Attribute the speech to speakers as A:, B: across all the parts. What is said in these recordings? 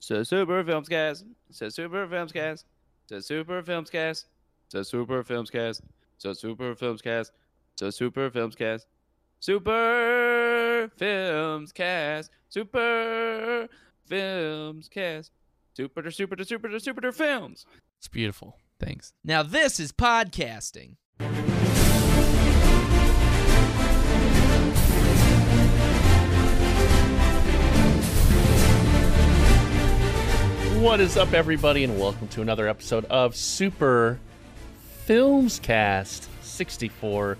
A: to Super Filmscast, to Super Filmscast, to Super Filmscast, to Super Filmscast, to Super Filmscast, to Super Filmscast, Super Filmscast, Super Filmscast, Super to Super to Super to Super to Films.
B: It's beautiful. Thanks.
C: Now this is podcasting.
B: What is up, everybody, and welcome to another episode of Super Films Cast 64,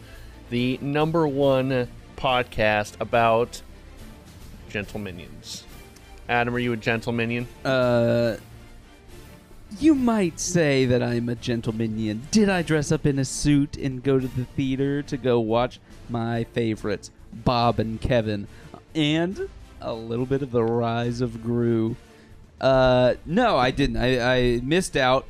B: the number one podcast about gentle minions. Adam, are you a gentle minion?
D: Uh, you might say that I'm a gentlemanian. Did I dress up in a suit and go to the theater to go watch my favorites, Bob and Kevin, and a little bit of the rise of Gru? Uh, no, I didn't. I, I missed out.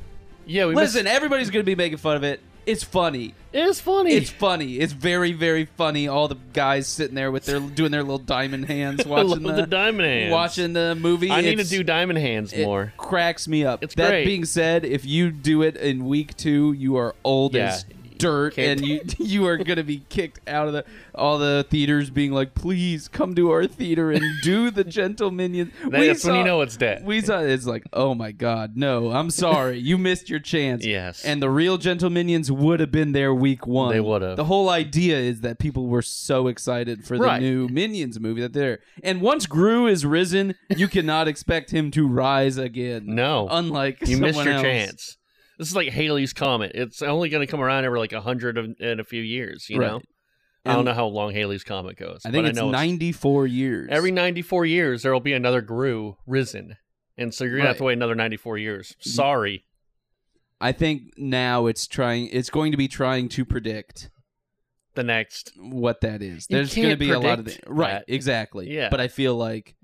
B: Yeah, we
D: Listen, everybody's gonna be making fun of it. It's funny.
B: It's funny.
D: It's funny. It's very, very funny. All the guys sitting there with their doing their little diamond hands, watching
B: love the diamond hands.
D: watching the movie.
B: I need to
D: It's-
B: do diamond hands
D: it
B: more.
D: cracks me up.
B: It's
D: that
B: great.
D: being said, if you do it in week two, you are old
B: Yeah.
D: as dirt,
B: Can't-
D: and you you are gonna be kicked out of the all the theaters, being like, "Please come to our theater and do the Gentle Minions."
B: That- that's when you know it's dead.
D: We saw it's like, oh my god, no, I'm sorry, you missed your chance.
B: Yes.
D: and the real Gentle Minions would have been there week one.
B: They would've.
D: The whole idea is that people were so excited for the
B: Right.
D: new Minions movie that they're and once Gru is risen, you cannot expect him to rise again.
B: no.
D: unlike
B: you missed
D: someone
B: your
D: else.
B: chance. This is like Haley's Comet. It's only going to come around every like a hundred and and a few years, you
D: Right.
B: know? I don't
D: And-
B: know how long Haley's Comet goes.
D: I think
B: but
D: it's
B: I know
D: 94 years.
B: Every 94 years, there will be another Gru risen. And so you're going to have to
D: Right. Mm-hmm.
B: wait another 94 years. Sorry.
D: I think now it's trying. It's going to be trying to predict
B: The next.
D: what that is.
B: You
D: There's going to
B: can't
D: be a lot of
B: predict
D: thi- right,
B: that.
D: exactly.
B: Yeah.
D: but I feel like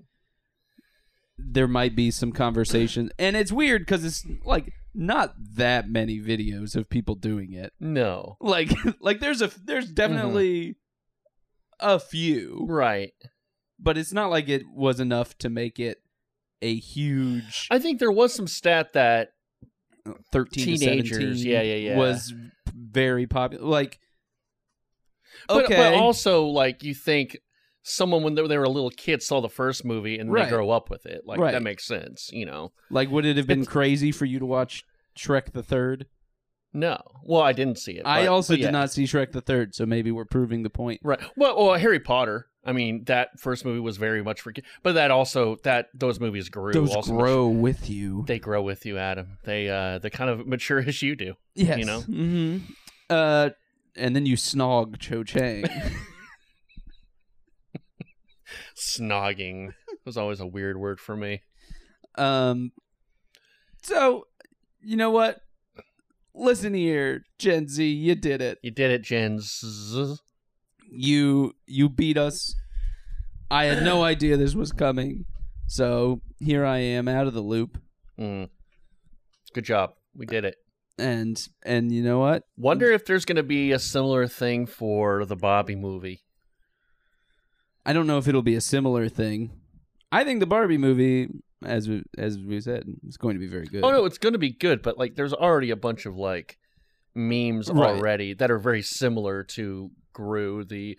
D: there might be some conversation, and it's weird because it's like not that many videos of people doing it.
B: No.
D: Like, like there's a there's definitely a few,
B: Right.
D: but it's not like it was enough to make it a huge
B: I think there was some stat that
D: 13 to
B: Teenagers,
D: 17
B: yeah, yeah, yeah.
D: was very popular like
B: But,
D: okay
B: but also, like, you think someone when they they were a little kid saw the first movie and
D: Right.
B: they grow up with it. Like,
D: Right.
B: that makes sense, you know?
D: like would it have been
B: it's-
D: crazy for you to watch Shrek the 3rd
B: No. Well, I didn't see it.
D: I
B: but-
D: also
B: but yeah.
D: did not see Shrek the 3rd so maybe we're proving the point
B: Right. Well, well, Harry Potter. I mean, that first movie was very much for kids. But that also, that those movies grew.
D: those
B: also
D: grow with you
B: They grow with you, Adam. They uh, they kind of mature as you do.
D: yes
B: you know?
D: hmm uh and then you snog Cho Chang
B: snogging was always a weird word for me.
D: um so you know what listen here Gen Z you did it
B: You did it, Jen. Zzz.
D: you you beat us i had no idea this was coming so here i am out of the loop
B: Mm. Good job. We did it.
D: and and you know what
B: Wonder if there's going to be a similar thing for the Bobby movie.
D: i don't know if it'll be a similar thing i think the barbie movie as we, as we said is going to be very good
B: Oh no, it's going to be good, but like there's already a bunch of like memes
D: Right.
B: already that are very similar to Gru the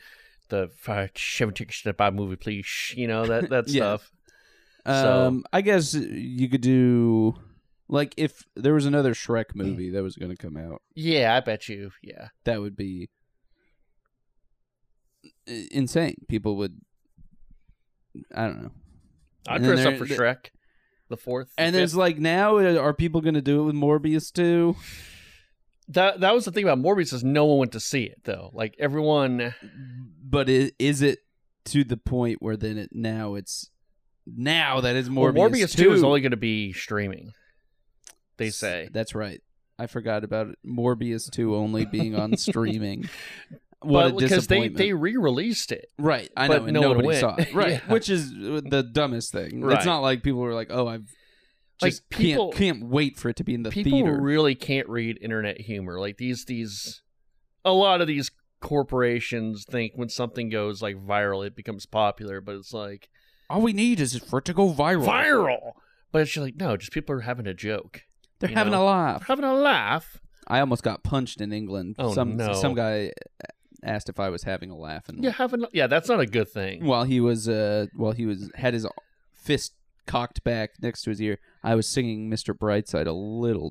B: the uh, shimmy chick shit Bob movie, please. You know that that
D: Yeah.
B: stuff. so-
D: um i guess you could do like if there was another shrek
B: Mm.
D: movie that was going to come out
B: Yeah, I bet you. Yeah,
D: that would be i- insane people would i don't know
B: I'd
D: And
B: dress
D: there-
B: up for
D: there-
B: Shrek, the fourth. the
D: And
B: fifth.
D: there's like now, uh, are people going to do it with Morbius too?
B: that that was the thing about Morbius is no one went to see it though. Like everyone,
D: But i- is it to the point where then it now it's now that it's
B: Morbius,
D: Morbius,
B: well, Morbius two is only going to be streaming. They say
D: that's right. I forgot about it. Morbius two only being on streaming. What
B: But-
D: a
B: because they
D: disappointment!
B: they re-released it.
D: right, I
B: but
D: know, and
B: no one
D: nobody
B: went.
D: saw it. Right,
B: Yeah.
D: which is uh, the dumbest thing.
B: Right.
D: It's not like people were like, "Oh, I've
B: Like,
D: just
B: people-
D: can't can't wait for it to be in the
B: People
D: theater."
B: really can't read internet humor. Like these these, a lot of these corporations think when something goes like viral, it becomes popular. But it's like
D: All we need is for it to go viral.
B: viral. But it's just like, no, just people are having a joke.
D: They're
B: You
D: having
B: know.
D: a
B: They're
D: laugh.
B: having a laugh.
D: I almost got punched in England.
B: Oh,
D: some
B: no.
D: some guy asked if I was having a laugh, and
B: You're having a- yeah, that's not a good thing.
D: while he was uh while he was had his fist cocked back next to his ear, I was singing Mr. Brightside a little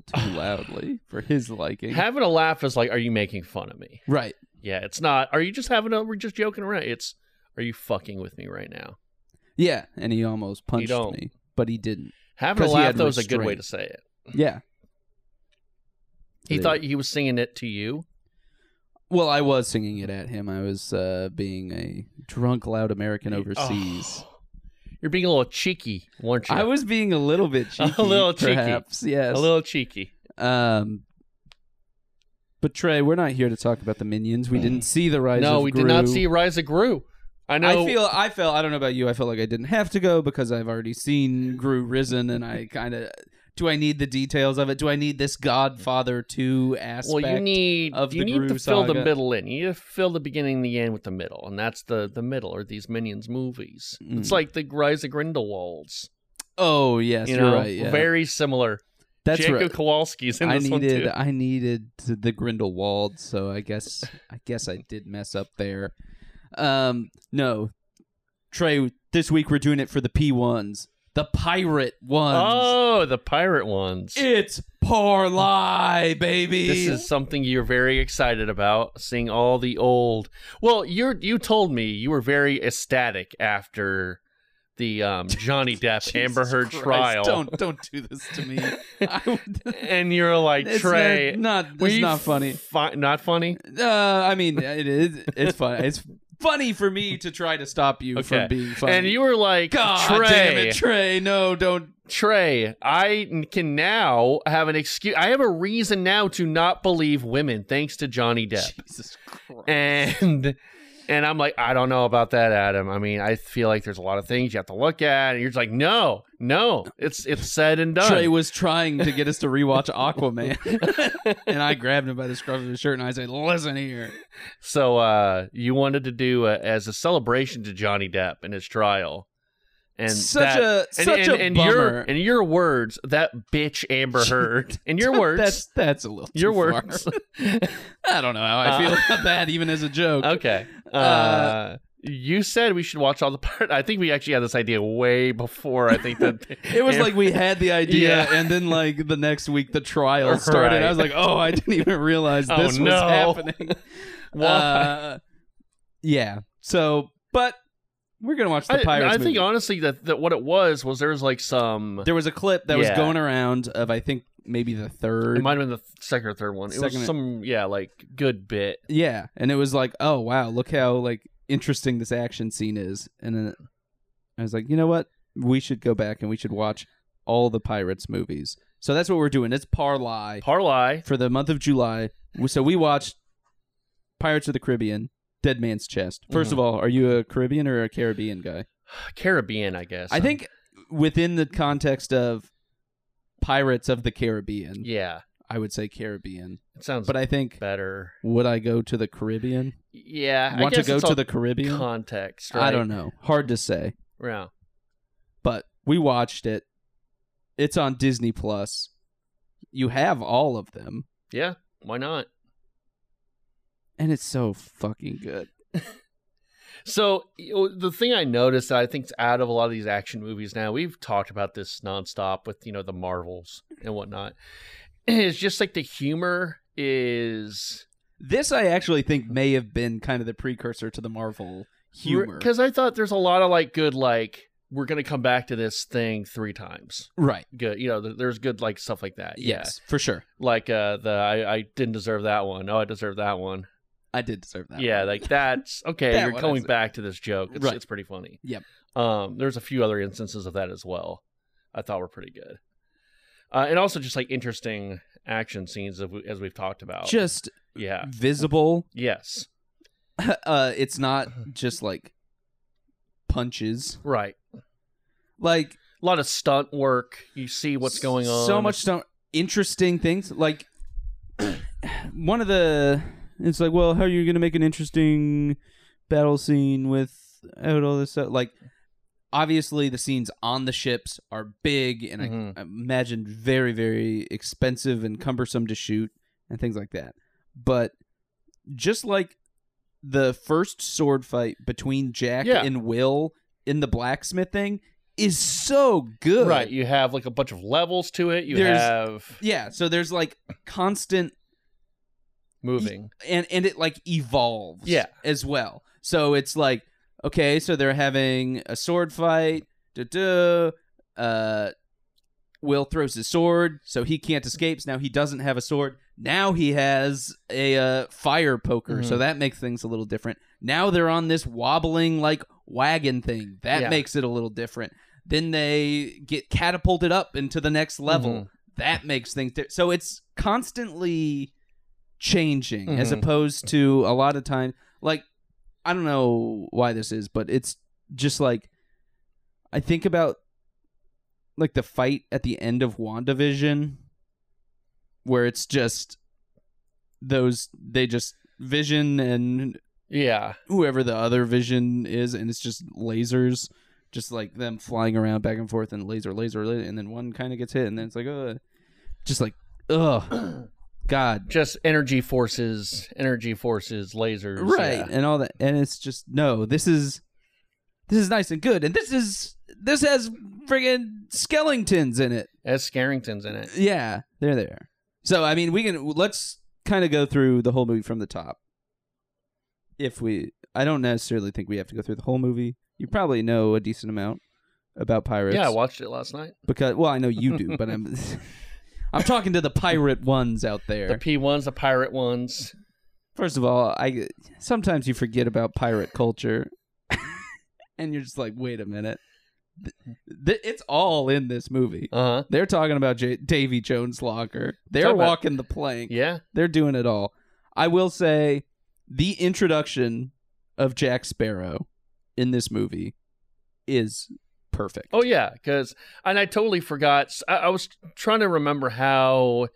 D: too loudly for his liking.
B: Having a laugh is like, are you making fun of me?
D: right.
B: Yeah, it's not. Are you just having a? We're just joking around. It's, are you fucking with me right now?
D: Yeah, and he almost punched
B: don't.
D: me, but he didn't.
B: Having a
D: 'Cause he
B: laugh
D: had
B: though is a good way
D: restraint.
B: to say it.
D: Yeah.
B: He
D: Yeah.
B: thought he was singing it to you.
D: Well, I was singing it at him. I was uh, being a drunk, loud American overseas.
B: Oh. you're being a little cheeky, weren't you?
D: I was being a little bit
B: A
D: cheeky,
B: little cheeky.
D: perhaps. Yes,
B: a little cheeky.
D: Um, but Trey, we're not here to talk about the minions. We didn't see the rise.
B: Mm. no,
D: of
B: we did not
D: Gru.
B: see Rise of Gru. I know.
D: I feel. I felt. I don't know about you. I felt like I didn't have to go because I've already seen Gru risen, and I kind of. Do I need the details of it? Do I need this Godfather two
B: well,
D: aspect?
B: you need
D: of
B: you
D: the
B: need to
D: Gru
B: fill the
D: saga.
B: middle in. You need to fill the beginning and the end with the middle, and that's the the middle are these minions movies. It's
D: Mm.
B: like the Rise of Grindelwalds.
D: Oh yes,
B: you
D: are
B: know,
D: right. Yeah.
B: very similar.
D: That's
B: Jacob
D: right.
B: Kowalski's in
D: I
B: this one
D: needed.
B: too.
D: I needed to- the Grindelwald, so I guess. I guess I did mess up there. Um, no, Trey. This week we're doing it for the P ones, the pirate ones.
B: Oh, the pirate ones.
D: It's parlay, baby.
B: This is something you're very excited about, seeing all the old. Well, you're you told me you were very ecstatic after the um, Johnny Depp
D: Jesus
B: Amber Heard
D: Christ,
B: trial,
D: Don't don't do this to me. I would,
B: and you're like
D: it's
B: Trey.
D: not not,
B: were
D: it's
B: you
D: not funny.
B: fi- not funny.
D: Uh, I mean, it is. It's fun. It's funny for me to try to stop you
B: Okay.
D: from being funny.
B: And you were like
D: God
B: Trey.
D: damn it, Trey! No, don't.
B: Trey, I n- can now have an excuse. I have a reason now to not believe women, thanks to Johnny Depp.
D: Jesus Christ!
B: And and I'm like, I don't know about that, Adam. I mean, I feel like there's a lot of things you have to look at, and you're just like, no, no, it's it's said and done.
D: Trey was trying to get us to rewatch Aquaman, and I grabbed him by the scruff of his shirt and I said, "Listen here."
B: so uh, you wanted to do uh as a celebration to Johnny Depp and his trial, and
D: such
B: that-
D: a
B: and,
D: such
B: and,
D: a
B: and
D: bummer.
B: your in your words, that bitch Amber Heard. In your words,
D: That's that's a little too
B: your
D: far.
B: words.
D: I don't know how I feel
B: Uh,
D: about that, even as a joke.
B: Okay. Uh,
D: Uh,
B: you said we should watch all the part. I think we actually had this idea way before. I think that
D: It was like we had the idea,
B: Yeah.
D: and then like the next week the trial started.
B: Right.
D: I was like, oh, I didn't even realize
B: Oh,
D: this
B: no.
D: was happening.
B: Why?
D: Uh, yeah. So, but we're gonna watch the
B: I,
D: pirates.
B: I think
D: movie.
B: honestly that, that what it was was there was like some.
D: there was a clip that was
B: Yeah.
D: going around of I think maybe the third.
B: It might have been the second or third one. It
D: Second-
B: was some yeah like good bit.
D: yeah, and it was like, oh wow, look how like interesting this action scene is. And then I was like, you know what? We should go back and we should watch all the pirates movies. So that's what we're doing. It's parlay.
B: Parlay.
D: for the month of July. So we watched Pirates of the Caribbean, Dead Man's Chest. 1st
B: Mm.
D: of all, are you a Caribbean or a Caribbean guy?
B: Caribbean, I guess.
D: I think within the context of Pirates of the Caribbean,
B: Yeah,
D: I would say Caribbean.
B: it sounds
D: But I think
B: better.
D: would I go to the Caribbean?
B: Yeah,
D: Want
B: I
D: to
B: guess
D: go
B: it's
D: to
B: all
D: the Caribbean?
B: context. Right?
D: I don't know. Hard to say.
B: Yeah.
D: But we watched it. It's on Disney Plus. You have all of them,
B: Yeah. Why not?
D: and it's so fucking good.
B: So you know, the thing I noticed that I think's out of a lot of these action movies now, we've talked about this nonstop with you know the Marvels and whatnot. It's just like the humor is
D: This I actually think may have been kind of the precursor to the Marvel humor.
B: because I thought there's a lot of like good like we're gonna come back to this thing three times.
D: right.
B: Good, you know, th- there's good like stuff like that. Yeah.
D: Yes, for sure.
B: like uh the I, I didn't deserve that one. Oh, I deserve that one.
D: I did deserve that.
B: yeah,
D: one.
B: like that's okay.
D: That
B: you're
D: one,
B: coming
D: that's it.
B: back to this joke. It's,
D: Right.
B: it's pretty funny.
D: Yep.
B: Um, there's a few other instances of that as well. I thought were pretty good, uh, and also just like interesting action scenes of, as we've talked about.
D: just
B: oh, yeah.
D: visible.
B: Yes.
D: uh it's not just like punches.
B: Right.
D: Like
B: A lot of stunt work. You see what's going on.
D: So much so interesting things. Like one of the it's like, well, how are you going to make an interesting battle scene without all this stuff? Like obviously the scenes on the ships are big and
B: Mhm.
D: I, I imagine very very expensive and cumbersome to shoot and things like that but just like the first sword fight between jack
B: Yeah.
D: and will in the blacksmith thing is so good
B: Right. You have like a bunch of levels to it. You
D: There's-
B: have
D: yeah so there's like constant
B: moving.
D: and and it like evolves
B: Yeah.
D: as well so it's like okay so they're having a sword fight duh, duh, uh will throws his sword so he can't escape now he doesn't have a sword now he has a uh, fire poker so
B: Mhm.
D: that makes things a little different now they're on this wobbling like wagon thing that
B: Yeah.
D: makes it a little different then they get catapulted up into the next level
B: Mhm.
D: that makes things di- so it's constantly changing as
B: Mhm.
D: opposed to a lot of time like i don't know why this is but it's just like i think about like the fight at the end of wandavision where it's just those they just vision and
B: Yeah.
D: whoever the other vision is and it's just lasers just like them flying around back and forth and laser laser, laser and then one kind of gets hit and then it's like uh just like ugh god
B: Just energy forces, energy forces, lasers.
D: right
B: yeah.
D: and all that and it's just no this is this is nice and good and this is this has friggin' skeletons in it
B: As Scarrington's in it.
D: yeah they're there so i mean we can let's kind of go through the whole movie from the top if we i don't necessarily think we have to go through the whole movie you probably know a decent amount about pirates
B: Yeah, I watched it last night.
D: because well i know you do but i'm i'm talking to the pirate ones out there
B: The P ones, the pirate ones.
D: First of all, I sometimes you forget about pirate culture, and you're just like, wait a minute, Th- th- it's all in this movie.
B: Uh huh.
D: They're talking about J- Davy Jones' locker. They're
B: Talk about-
D: walking the plank.
B: Yeah.
D: They're doing it all. I will say, the introduction of Jack Sparrow in this movie is perfect.
B: Oh yeah, because and I totally forgot. I, I was trying to remember how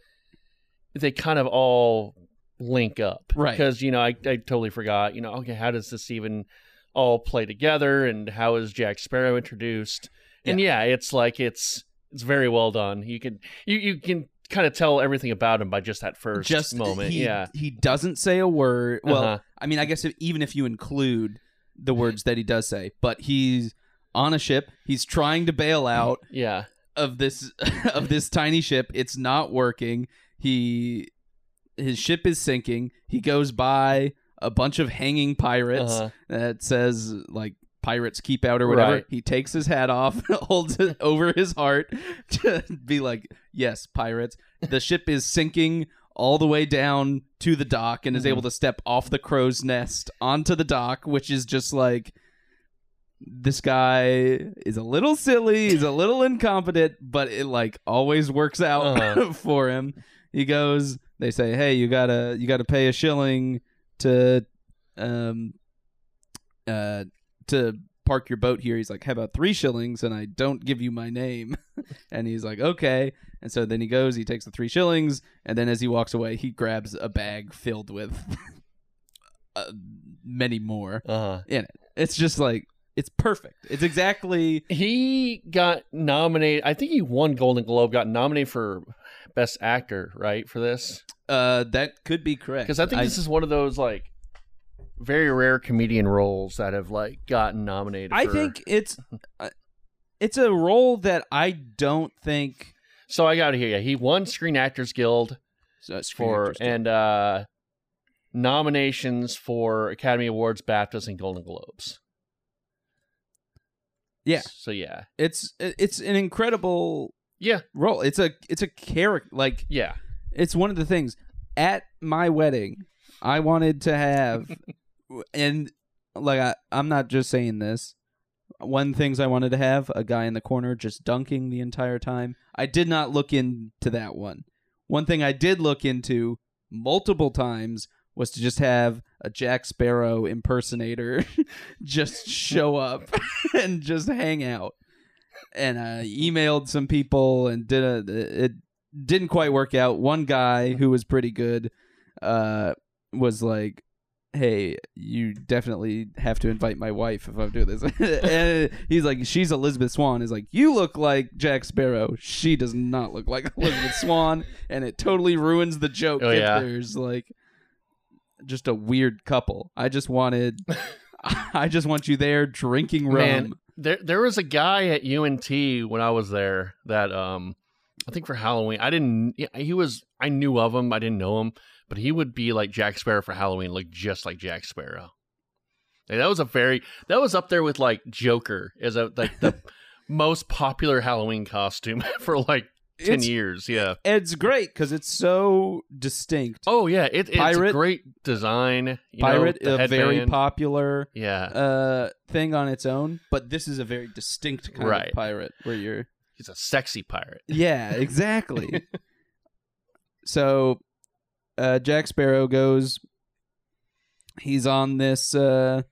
B: they kind of all link up,
D: Right.
B: Because you know, I, I totally forgot. You know, okay, how does this even all play together, and how is Jack Sparrow introduced? And yeah, it's like it's it's very well done. You can you you can kind of tell everything about him by just that first
D: just
B: moment.
D: he,
B: yeah.
D: he doesn't say a word. Well,
B: Uh-huh.
D: I mean, I guess if, even if you include the words that he does say, but he's on a ship. He's trying to bail out
B: yeah.
D: of this of this tiny ship. It's not working. He his ship is sinking. He goes by a bunch of hanging pirates
B: Uh-huh.
D: that says like pirates keep out or whatever.
B: Right.
D: He takes his hat off, holds it over his heart to be like, "Yes, pirates." The ship is sinking all the way down to the dock and is
B: Mhm.
D: able to step off the crow's nest onto the dock, which is just like this guy is a little silly, he's a little incompetent, but it like always works out
B: Uh-huh.
D: for him. He goes, they say, "Hey, you got to you got to pay a shilling to um uh to park your boat here." He's like, "How about 3 shillings and I don't give you my name?" and he's like, "Okay." And so then he goes, he takes the 3 shillings, and then as he walks away, he grabs a bag filled with uh, many more.
B: Uh-huh.
D: It's just like it's perfect. It's exactly
B: He got nominated. I think he won Golden Globe. Got nominated for Best Actor, right? For this.
D: uh that could be correct.
B: because I think this is one of those like very rare comedian roles that have like gotten nominated.
D: I
B: for-
D: think it's uh, it's a role that I don't think
B: so. I got to hear yeah. He won Screen Actors Guild for and uh nominations for Academy Awards, BAFTAs, and Golden Globes.
D: Yeah.
B: So yeah,
D: it's it's an incredible
B: Yeah.
D: role. It's a it's a character like
B: yeah.
D: it's one of the things at my wedding I wanted to have and like I, I'm not just saying this. One things I wanted to have a guy in the corner just dunking the entire time. I did not look into that one. One thing I did look into multiple times was to just have a Jack Sparrow impersonator just show up and just hang out. And I emailed some people and did a it didn't quite work out. One guy who was pretty good uh was like hey, you definitely have to invite my wife if I'm doing this. and he's like, she's Elizabeth Swan. He's like, you look like Jack Sparrow. She does not look like Elizabeth Swan, and it totally ruins the joke.
B: Oh,
D: if
B: yeah.
D: there's like just a weird couple. I just wanted, I just want you there drinking rum.
B: Man, there there was a guy at UNT when I was there that um I think for Halloween I didn't yeah, he was I knew of him I didn't know him but he would be like Jack Sparrow for Halloween looked just like Jack Sparrow. Like, that was a very that was up there with like Joker as a like the most popular Halloween costume for like ten
D: It's-
B: years. Yeah.
D: It's great because it's so distinct.
B: Oh yeah, it, it's
D: Pirate-
B: a great design. You
D: Pirate,
B: know, the
D: a very
B: headband.
D: popular
B: Yeah,
D: uh thing on its own but this is a very distinct kind
B: Right.
D: of pirate where you're
B: he's a sexy pirate.
D: yeah exactly so uh jack sparrow goes he's on this uh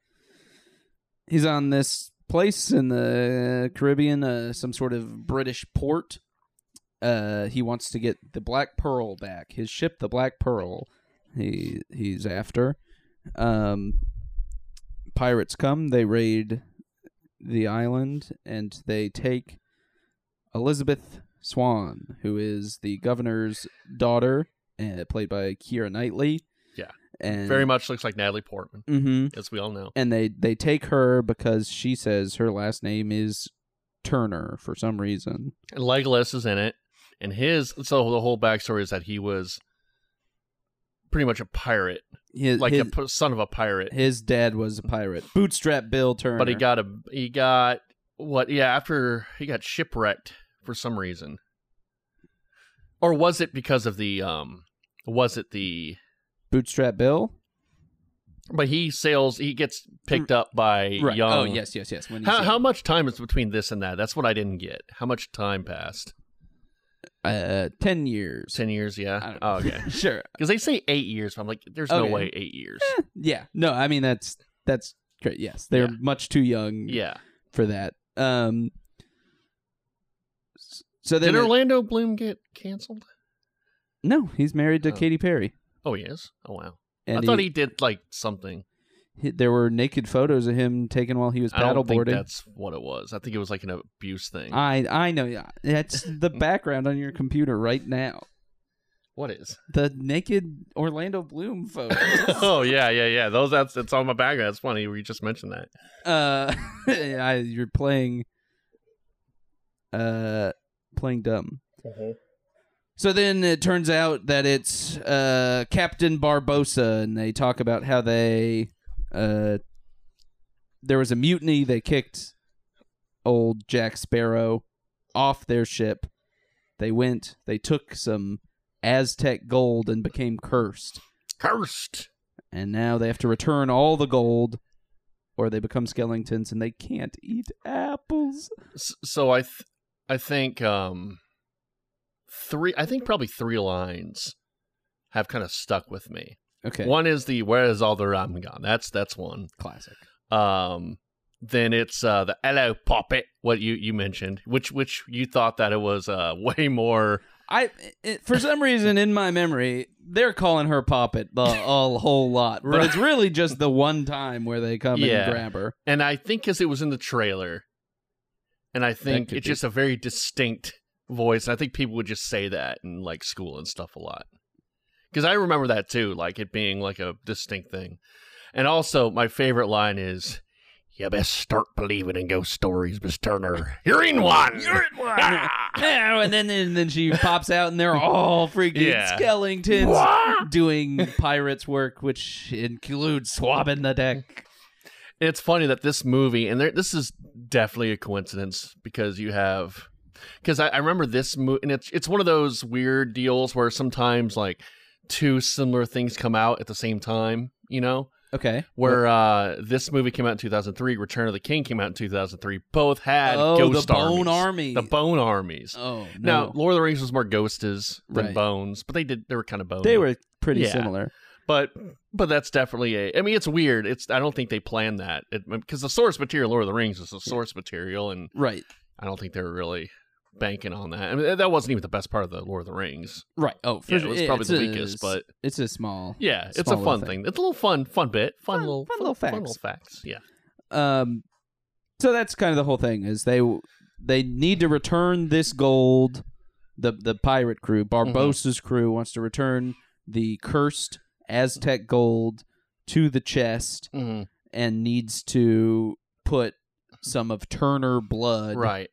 D: he's on this place in the caribbean uh, some sort of british port uh he wants to get the black pearl back his ship the black pearl he he's after um pirates come they raid the island and they take elizabeth swan who is the governor's daughter uh, played by kira knightley
B: Yeah.
D: and
B: Very much looks like Natalie Portman,
D: hmm
B: as we all know.
D: and they they take her because she says her last name is turner for some reason
B: And Legolas is in it, and his so the whole backstory is that he was pretty much a pirate,
D: his,
B: like
D: his,
B: a p- son of a pirate,
D: his dad was a pirate bootstrap bill turner
B: but he got a he got what? Yeah, after he got shipwrecked for some reason, or was it because of the um? Was it the
D: bootstrap bill
B: But he sails. He gets picked up by young.
D: Mm. oh yes yes yes when he's
B: How,
D: young.
B: how much time is between this and that? That's what I didn't get. How much time passed?
D: uh 10 years
B: Ten years? Yeah.
D: I don't know.
B: Oh, okay.
D: sure
B: Because they say eight years, but I'm like, there's
D: Okay.
B: no way eight years.
D: yeah no i mean that's that's great yes they're
B: Yeah.
D: much too young
B: yeah.
D: for that um s- so then
B: Did
D: it-
B: Orlando Bloom get canceled?
D: no he's married to
B: Oh.
D: Katy Perry
B: Oh, he is. Oh, wow.
D: and
B: I thought he did like something.
D: he- there were naked photos of him taken while he was
B: I don't think
D: paddleboarding
B: that's what it was. I think it was like an abuse thing.
D: I I know yeah. That's the background on your computer right now.
B: what is?
D: The naked Orlando Bloom photos.
B: oh yeah, yeah, yeah. Those that's it's on my background. That's funny. We just mentioned that.
D: uh, I, you're playing, uh, playing dumb. So then it turns out that it's uh, Captain Barbosa, and they talk about how they uh, there was a mutiny. They kicked old Jack Sparrow off their ship. They went. They took some Aztec gold and became cursed,
B: Cursed.
D: and now they have to return all the gold, or they become skeletons and they can't eat apples.
B: S- so I, th- I think um, three. I think probably three lines have kind of stuck with me.
D: Okay,
B: One is the "Where is all the rum gone?" That's that's one.
D: classic.
B: Um, then it's uh, the "Hello, poppet," what you you mentioned, which which you thought that it was uh, way more.
D: I it, for some reason in my memory they're calling her Poppet the a whole lot, but it's really just the one time where they come
B: Yeah.
D: and grab her.
B: And I think because it was in the trailer, and I think
D: could
B: it's
D: be.
B: just a very distinct voice. And I think people would just say that in like school and stuff a lot. Because I remember that too, like it being like a distinct thing. And also, my favorite line is, "You best start believing in ghost stories, Miss Turner. You're in one. You're in one.
D: Yeah, and then and then she pops out and they're all freaking
B: Yeah.
D: skeletons doing pirates work, which includes swabbing the deck.
B: It's funny that this movie, and there, this is definitely a coincidence because you have, because I, I remember this movie, and it's it's one of those weird deals where sometimes like two similar things come out at the same time, you know.
D: Okay,
B: Where uh, this movie came out in 2003, Return of the King came out in 2003. Both had
D: oh
B: ghost
D: the Bone
B: armies.
D: Army.
B: the Bone Armies.
D: oh no,
B: Now, Lord of the Rings was more ghostes than
D: Right.
B: bones, but they did they were kind of bones.
D: they were pretty
B: Yeah.
D: similar.
B: But but that's definitely a. I mean, it's weird. It's I don't think they planned that because the source material, Lord of the Rings, is the source material, and
D: Right.
B: I don't think they were really banking on that. I mean, that wasn't even the best part of the Lord of the Rings.
D: Right. Oh, for
B: Yeah, it
D: sure.
B: was probably
D: it's
B: the
D: a-
B: weakest, but-
D: it's a small.
B: Yeah, it's
D: Small
B: a
D: little
B: fun
D: thing.
B: thing. It's a little fun, fun bit, fun,
D: Fun-
B: little,
D: fun little
B: Fun
D: facts.
B: little facts. Yeah.
D: Um, so that's kind of the whole thing is they they need to return this gold. The the pirate crew, Barbosa's crew, wants to return the cursed Aztec gold to the chest
B: Mhm.
D: and needs to put some of Turner blood.
B: Right.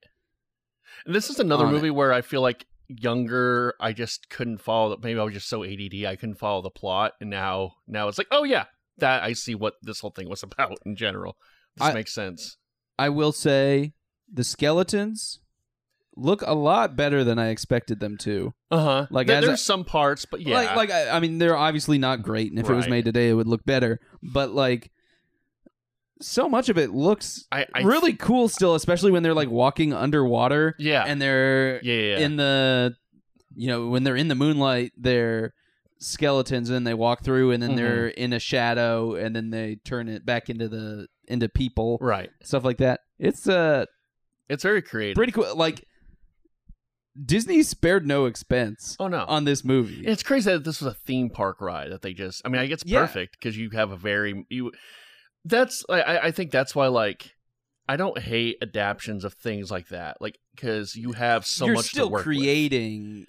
B: And this is another
D: on
B: movie where I feel like younger, I just couldn't follow. The, maybe I was just so ADD, I couldn't follow the plot, and now now it's like, oh yeah, that I see what this whole thing was about in general. This
D: I-
B: makes sense.
D: I will say the skeletons look a lot better than I expected them to.
B: Uh huh.
D: Like,
B: Like
D: as
B: there's
D: a-
B: some parts, but yeah,
D: Like, like I, I mean, they're obviously not great, and if it was
B: Right.
D: made today, it would look better. But like, so much of it looks
B: I, I
D: really cool still, especially when they're like walking underwater
B: yeah,
D: and they're
B: yeah, yeah, yeah.
D: in the, you know, when they're in the moonlight, they're skeletons, and they walk through, and then they're
B: Mm-hmm.
D: in a shadow, and then they turn it back into the into people,
B: right.
D: stuff like that. It's uh
B: It's very creative.
D: pretty cool. Like Disney spared no expense
B: oh no,
D: on this movie.
B: And It's crazy that this was a theme park ride that they just. I mean, I guess
D: Yeah.
B: perfect because you have a very you. That's I- I I think that's why like I don't hate adaptions of things like that like because you have so
D: You're
B: much
D: still
B: to work with.
D: creating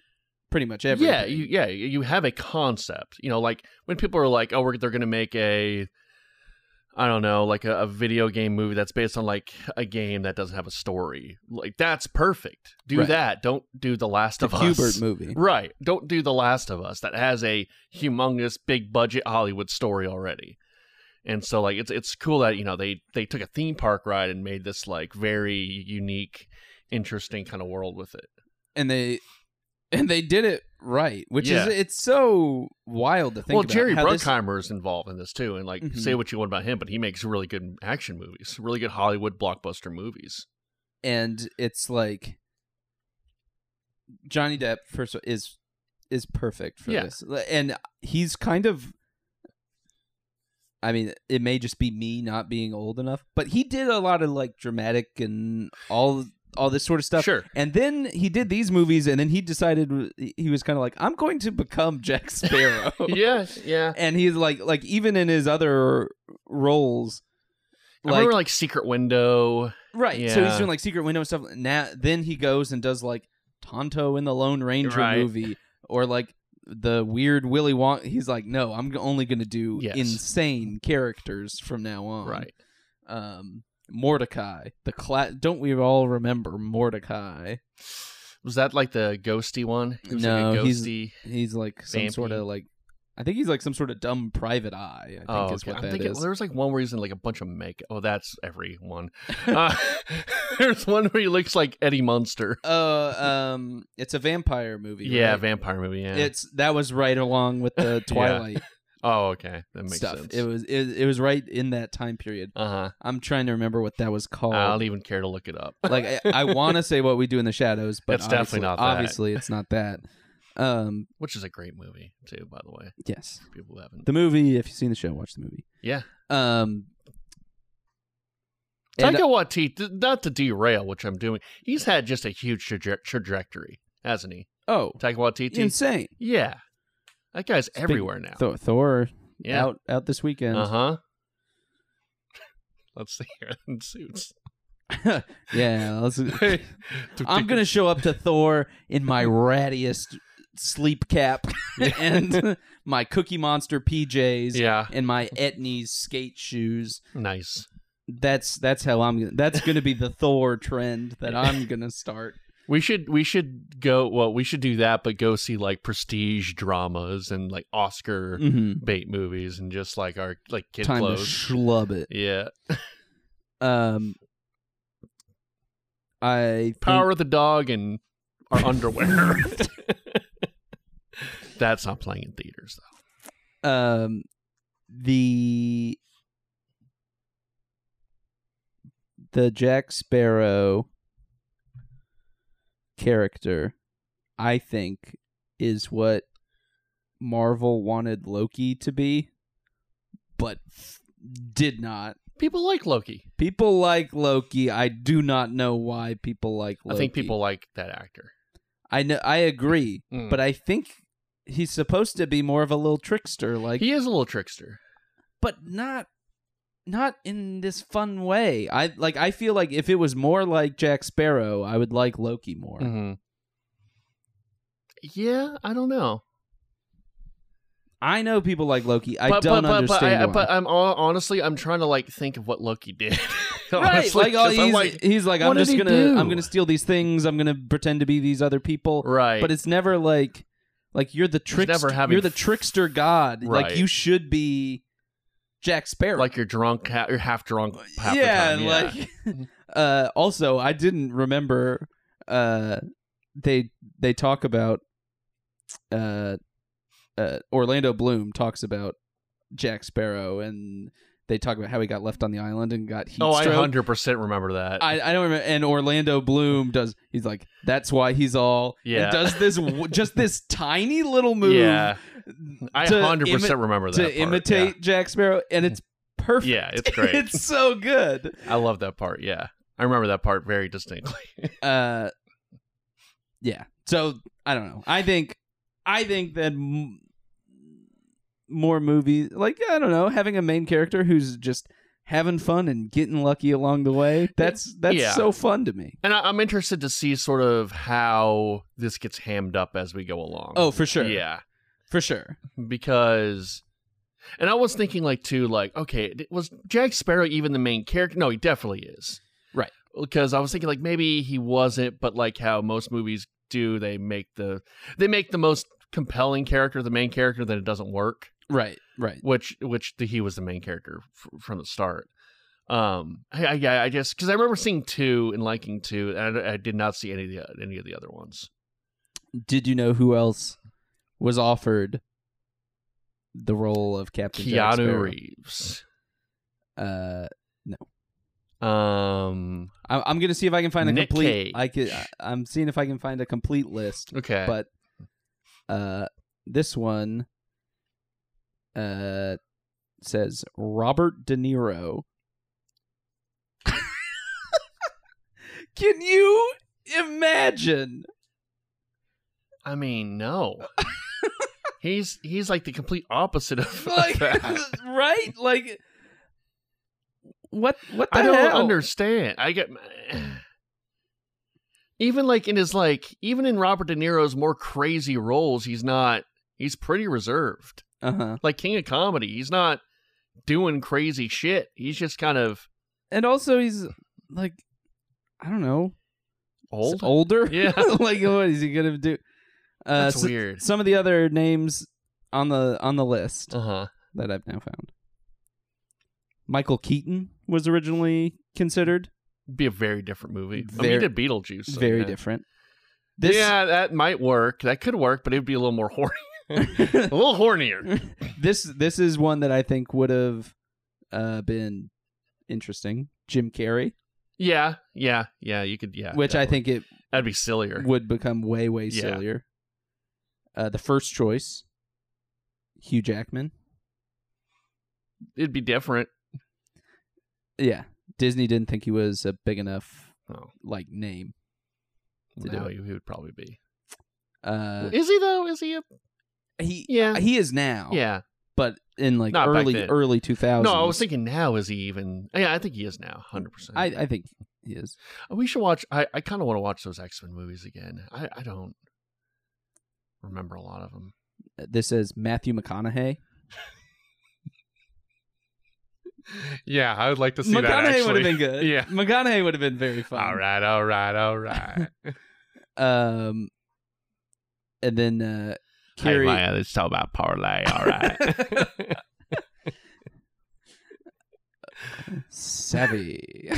D: pretty much everything.
B: Yeah, you, yeah, you have a concept. You know, like when people are like, "Oh, we're, they're going to make a, I don't know, like a, a video game movie that's based on like a game that doesn't have a story." Like that's perfect. Do
D: Right.
B: that. Don't do the Last
D: the
B: of Us.
D: Hubert movie.
B: Right. Don't do The Last of Us that has a humongous big budget Hollywood story already. And so like it's it's cool that you know they they took a theme park ride and made this like very unique interesting kind of world with it.
D: And they and they did it right, which
B: Yeah.
D: is it's so wild to think
B: well,
D: about.
B: Jerry
D: how this-
B: Bruckheimer is involved in this too and like
D: Mhm.
B: say what you want about him but he makes really good action movies, really good Hollywood blockbuster movies.
D: and it's like Johnny Depp first of- is is perfect for
B: Yeah.
D: this, and he's kind of. I mean, it may just be me not being old enough, but he did a lot of like dramatic and all all this sort of stuff.
B: Sure.
D: And then he did these movies, and then he decided he was kind of like, I'm going to become Jack Sparrow.
B: yeah, yeah.
D: And he's like, like even in his other roles,
B: I remember like Secret Window.
D: Right. So he's
B: Yeah.
D: doing like Secret Window and stuff. Now then he goes and does like Tonto in the Lone Ranger
B: Right.
D: movie or like the weird Willy Wonka. He's like, no, I'm g- only going to do
B: Yes.
D: insane characters from now on.
B: Right.
D: Um, Mordecai. The cla- don't we all remember Mordecai?
B: Was that like the ghosty one? He was like
D: No,
B: a
D: he's-
B: ghosty.
D: He's like some
B: Vampy.
D: sort of like. I think he's like some sort of dumb private eye. I think is
B: Oh, okay.
D: what
B: I'm
D: that
B: thinking
D: is.
B: there was like one where he's in like a bunch of makeup. Oh, that's every one. Uh, there's one where he looks like Eddie Munster.
D: Uh, um, it's a vampire movie.
B: Yeah,
D: right?
B: vampire movie. Yeah.
D: It's that was right along with the
B: Yeah.
D: Twilight
B: oh, okay, that makes
D: stuff.
B: sense.
D: It was it, it was right in that time period.
B: uh huh.
D: I'm trying to remember what that was called.
B: I don't even care to look it up.
D: like I, I want to say what we do in the shadows, but
B: It's definitely
D: obviously-
B: not that.
D: Obviously, it's not that. Um,
B: Which is a great movie too, by the way.
D: yes,
B: For people who haven't.
D: the movie. If you've seen the show, watch the movie.
B: yeah.
D: Um, and- uh,
B: Taika Waititi, not to derail, which I'm doing. He's had just a huge traje- trajectory, hasn't he?
D: oh,
B: Taika Waititi.
D: insane!
B: yeah. That guy's everywhere now.
D: Thor, Thor
B: yeah.
D: out out this weekend.
B: Uh huh. Let's see here in suits.
D: Yeah, let's, I'm gonna show up to Thor in my rattiest sleep cap and my Cookie Monster PJs
B: Yeah,
D: and my Etnies skate shoes.
B: nice.
D: that's that's how I'm gonna that's gonna be the Thor trend that I'm gonna start.
B: We should we should go. Well, we should do that, but go see like prestige dramas and like Oscar
D: Mm-hmm.
B: bait movies and just like our like kid
D: Time
B: clothes.
D: to schlub it.
B: yeah,
D: Um I
B: Power of the Dog and our underwear. That's not playing in theaters though.
D: think, um the the Jack Sparrow character I think is what Marvel wanted Loki to be but f- did not
B: People like Loki.
D: People like Loki. I do not know why people like Loki.
B: I think people like that actor.
D: I know. I agree,
B: Mm.
D: but I think he's supposed to be more of a little trickster, like,
B: he is a little trickster.
D: but not, not in this fun way. I like. I feel like if it was more like Jack Sparrow, I would like Loki more.
B: Mm. Mm-hmm. Yeah, I don't know.
D: I know people like Loki. I
B: but,
D: don't
B: but, but,
D: understand.
B: But, uh, I, but I'm all, honestly, I'm trying to like think of what Loki did.
D: why. Right,
B: Honestly,
D: like, all
B: 'cause I'm
D: he's,
B: like-
D: he's like,
B: what
D: I'm
B: did
D: just
B: he
D: gonna,
B: do?
D: I'm gonna steal these things. I'm gonna pretend to be these other people.
B: right.
D: but it's never like like you're the
B: He's
D: trickster
B: never having
D: you're the
B: f-
D: trickster god
B: Right.
D: like you should be jack sparrow
B: like you're drunk, ha- you're half drunk. Half the
D: yeah,
B: time,
D: and like uh also i didn't remember uh they they talk about uh uh orlando bloom talks about jack sparrow and they talk about how he got left on the island and got heat
B: oh, I
D: stroke.
B: hundred percent remember that.
D: I, I don't remember. And Orlando Bloom does. He's like, that's why he's all.
B: Yeah.
D: And does this w- just this tiny little move
B: yeah, I
D: to
B: hundred percent
D: imi-
B: remember that.
D: to
B: part, yeah.
D: imitate Jack Sparrow, and it's perfect.
B: Yeah, it's great.
D: it's so good.
B: I love that part. Yeah, I remember that part very distinctly.
D: Uh, yeah. So I don't know. I think, I think that m- more movies, like I don't know, having a main character who's just having fun and getting lucky along the way. That's that's
B: Yeah.
D: so fun to me.
B: And I, I'm interested to see sort of how this gets hammed up as we go along.
D: Oh, for sure.
B: Yeah,
D: for sure.
B: because, and I was thinking like too, like okay, d- was Jack Sparrow even the main character? No, he definitely is.
D: Right.
B: Because I was thinking like maybe he wasn't, but like how most movies do, they make the they make the most compelling character the main character, then it doesn't work.
D: Right. Right.
B: Which which the, he was the main character f- from the start. Um, I, I yeah, I just because I remember seeing two and liking two, and I, I did not see any of the any of the other ones.
D: Did you know who else was offered the role of Captain
B: Keanu
D: Jack Sparrow?
B: Reeves.
D: Uh,
B: Um.
D: I, I'm gonna see if I can find a
B: Nick
D: complete.
B: Cage.
D: I could. I- I'm seeing if I can find a complete list,
B: Okay.
D: but uh, this one uh says Robert De Niro. can you imagine?
B: I mean, no. he's he's like the complete opposite of
D: Like,
B: that.
D: right? Like, what? What the
B: I don't
D: hell?
B: understand. I get even like in his like even in Robert De Niro's more crazy roles, he's not. He's pretty reserved.
D: Uh huh.
B: Like King of Comedy, he's not doing crazy shit. He's just kind of
D: and also he's like I don't know s-
B: old.
D: older Uh,
B: Yeah.
D: like what is he gonna do uh
B: That's
D: s-
B: weird.
D: some of the other names on the on the list
B: Uh huh.
D: that I've now found Michael Keaton was originally considered
B: Be a very different movie. I
D: Very-
B: mean, he did Beetlejuice. so
D: very
B: yeah.
D: different this
B: yeah, that might work. That could work, but it would be a little more horny. a little
D: Mm-hmm.
B: hornier.
D: this this is one that I think would have uh been interesting Jim Carrey
B: Yeah, yeah, yeah. You could, yeah.
D: which I
B: definitely.
D: think it
B: that'd be sillier.
D: would become way way
B: Yeah.
D: sillier. Uh, the first choice, Hugh Jackman.
B: It'd be different.
D: Yeah, Disney didn't think he was a big enough
B: Oh,
D: like name. To do
B: no,
D: it.
B: he would probably be.
D: Uh,
B: is he though? Is he? A,
D: he
B: yeah,
D: he is now.
B: yeah.
D: but in like
B: Not back
D: early
B: then.
D: early two thousands.
B: No, I was thinking now. Is he even? Yeah, I think he is now. Hundred percent.
D: I I think he is.
B: we should watch. I, I kind of want to watch those X Men movies again. I, I don't remember a lot of them.
D: Uh, This is Matthew McConaughey.
B: Yeah, I would like to
D: McConaughey would have been good.
B: Yeah.
D: McConaughey would have been very fun.
B: right, all right, all right.
D: Um, and then uh,
B: Hey,
D: Carrie.
B: Maya, let's talk about parlay. All right.
D: Savvy.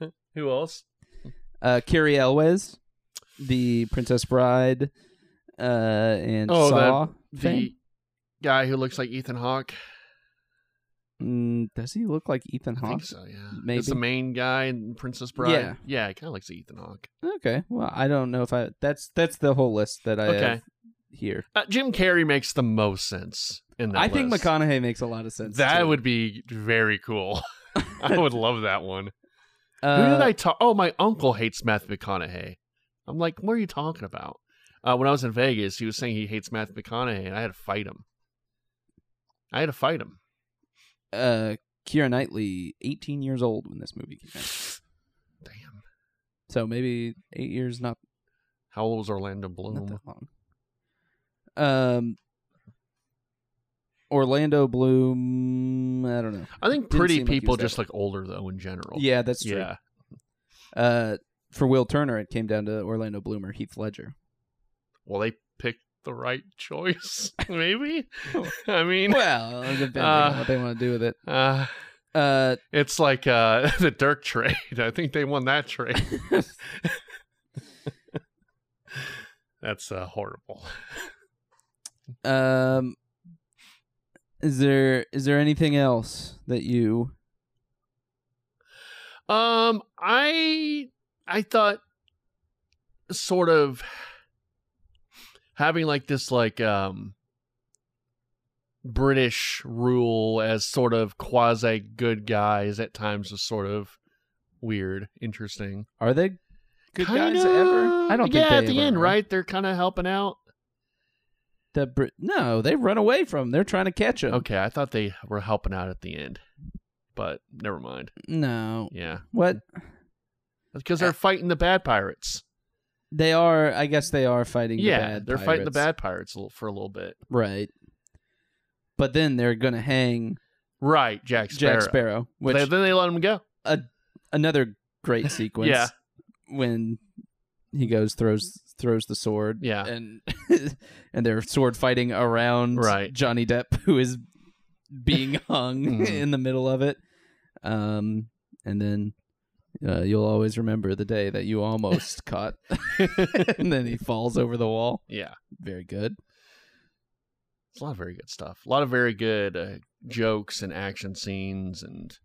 B: Who else?
D: uh, Carrie Elwes, the Princess Bride, uh, and
B: Oh,
D: Saw.
B: The
D: fame.
B: guy who looks like Ethan Hawke.
D: Mm, does he look like Ethan
B: I think
D: Hawke?
B: so. Yeah,
D: Maybe.
B: it's the main guy in Princess Bride.
D: Yeah.
B: yeah, it kind of looks like Ethan Hawke.
D: Okay. Well, I don't know if I. That's that's the whole list that I
B: Okay.
D: have here.
B: Uh, Jim Carrey makes the most sense in that.
D: I think
B: list.
D: McConaughey makes a lot of sense.
B: That
D: too.
B: would be very cool. I would love that one.
D: Uh,
B: Who did I talk? Oh, my uncle hates Matthew McConaughey. I'm like, what are you talking about? Uh, when I was in Vegas, he was saying he hates Matthew McConaughey, and I had to fight him. I had to fight him.
D: uh, Kira Knightley, 18 years old when this movie came out.
B: Damn.
D: So maybe eight years, not,
B: How old was Orlando
D: not
B: Bloom?
D: that long. Um, Orlando Bloom, I don't know.
B: I think
D: Didn't
B: pretty
D: seem like he
B: people
D: was that-
B: just like older though in general.
D: Yeah, that's true.
B: Oh, yeah.
D: Uh, for Will Turner, it came down to Orlando Bloom or Heath Ledger.
B: Well, they picked the right choice, maybe.
D: Oh.
B: I mean,
D: Well, depending
B: Uh,
D: on what they want to do with it.
B: uh,
D: Uh,
B: it's like uh, the Dirk trade. I think they won that trade. That's uh, horrible.
D: um, is there is there anything else that you?
B: Um, I I thought sort of having like this like um British rule as sort of quasi good guys at times was sort of weird, interesting.
D: Are they good guys
B: Kinda-
D: ever? I don't
B: yeah,
D: think they
B: at the
D: ever
B: end,
D: are.
B: right? They're kind of helping out.
D: The Brit- no, they run away from. 'em. They're trying to catch them.
B: Okay, I thought they were helping out at the end, but never mind.
D: No,
B: Yeah,
D: what
B: because they're fighting the bad pirates.
D: they are? I guess they are fighting.
B: yeah,
D: the bad
B: they're fighting the
D: pirates.
B: bad pirates a little- for a little bit.
D: right? But then they're gonna hang
B: Right, Jack Sparrow.
D: Jack Sparrow, which
B: They- then they let him go.
D: another great sequence.
B: Yeah.
D: when he goes throws throws the sword.
B: Yeah.
D: and and they're sword fighting around
B: Right.
D: Johnny Depp, who is being hung
B: Mhm.
D: in the middle of it. Um, and then uh, you'll always remember the day that you almost caught, and then he falls over the wall.
B: Yeah,
D: Very good.
B: it's a lot of very good stuff. A lot of very good uh, jokes and action scenes, and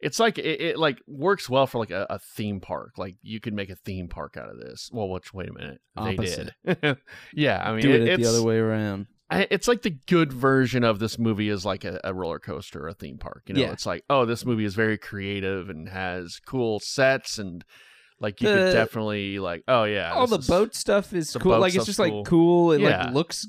B: it's like it, it like works well for like a, a theme park. Like you could make a theme park out of this. Well, which wait a minute,
D: Opposite.
B: they did. yeah, I mean,
D: Do it,
B: it's
D: the other way around.
B: I- it's like the good version of this movie is like a, a roller coaster or a theme park. You know,
D: Yeah.
B: it's like, oh, this movie is very creative and has cool sets and like you could
D: The-
B: definitely like, oh yeah,
D: All
B: this
D: the
B: is-
D: boat stuff is
B: the
D: cool.
B: boat
D: Like it's
B: stuff's
D: just
B: cool.
D: like cool. It
B: Yeah.
D: like looks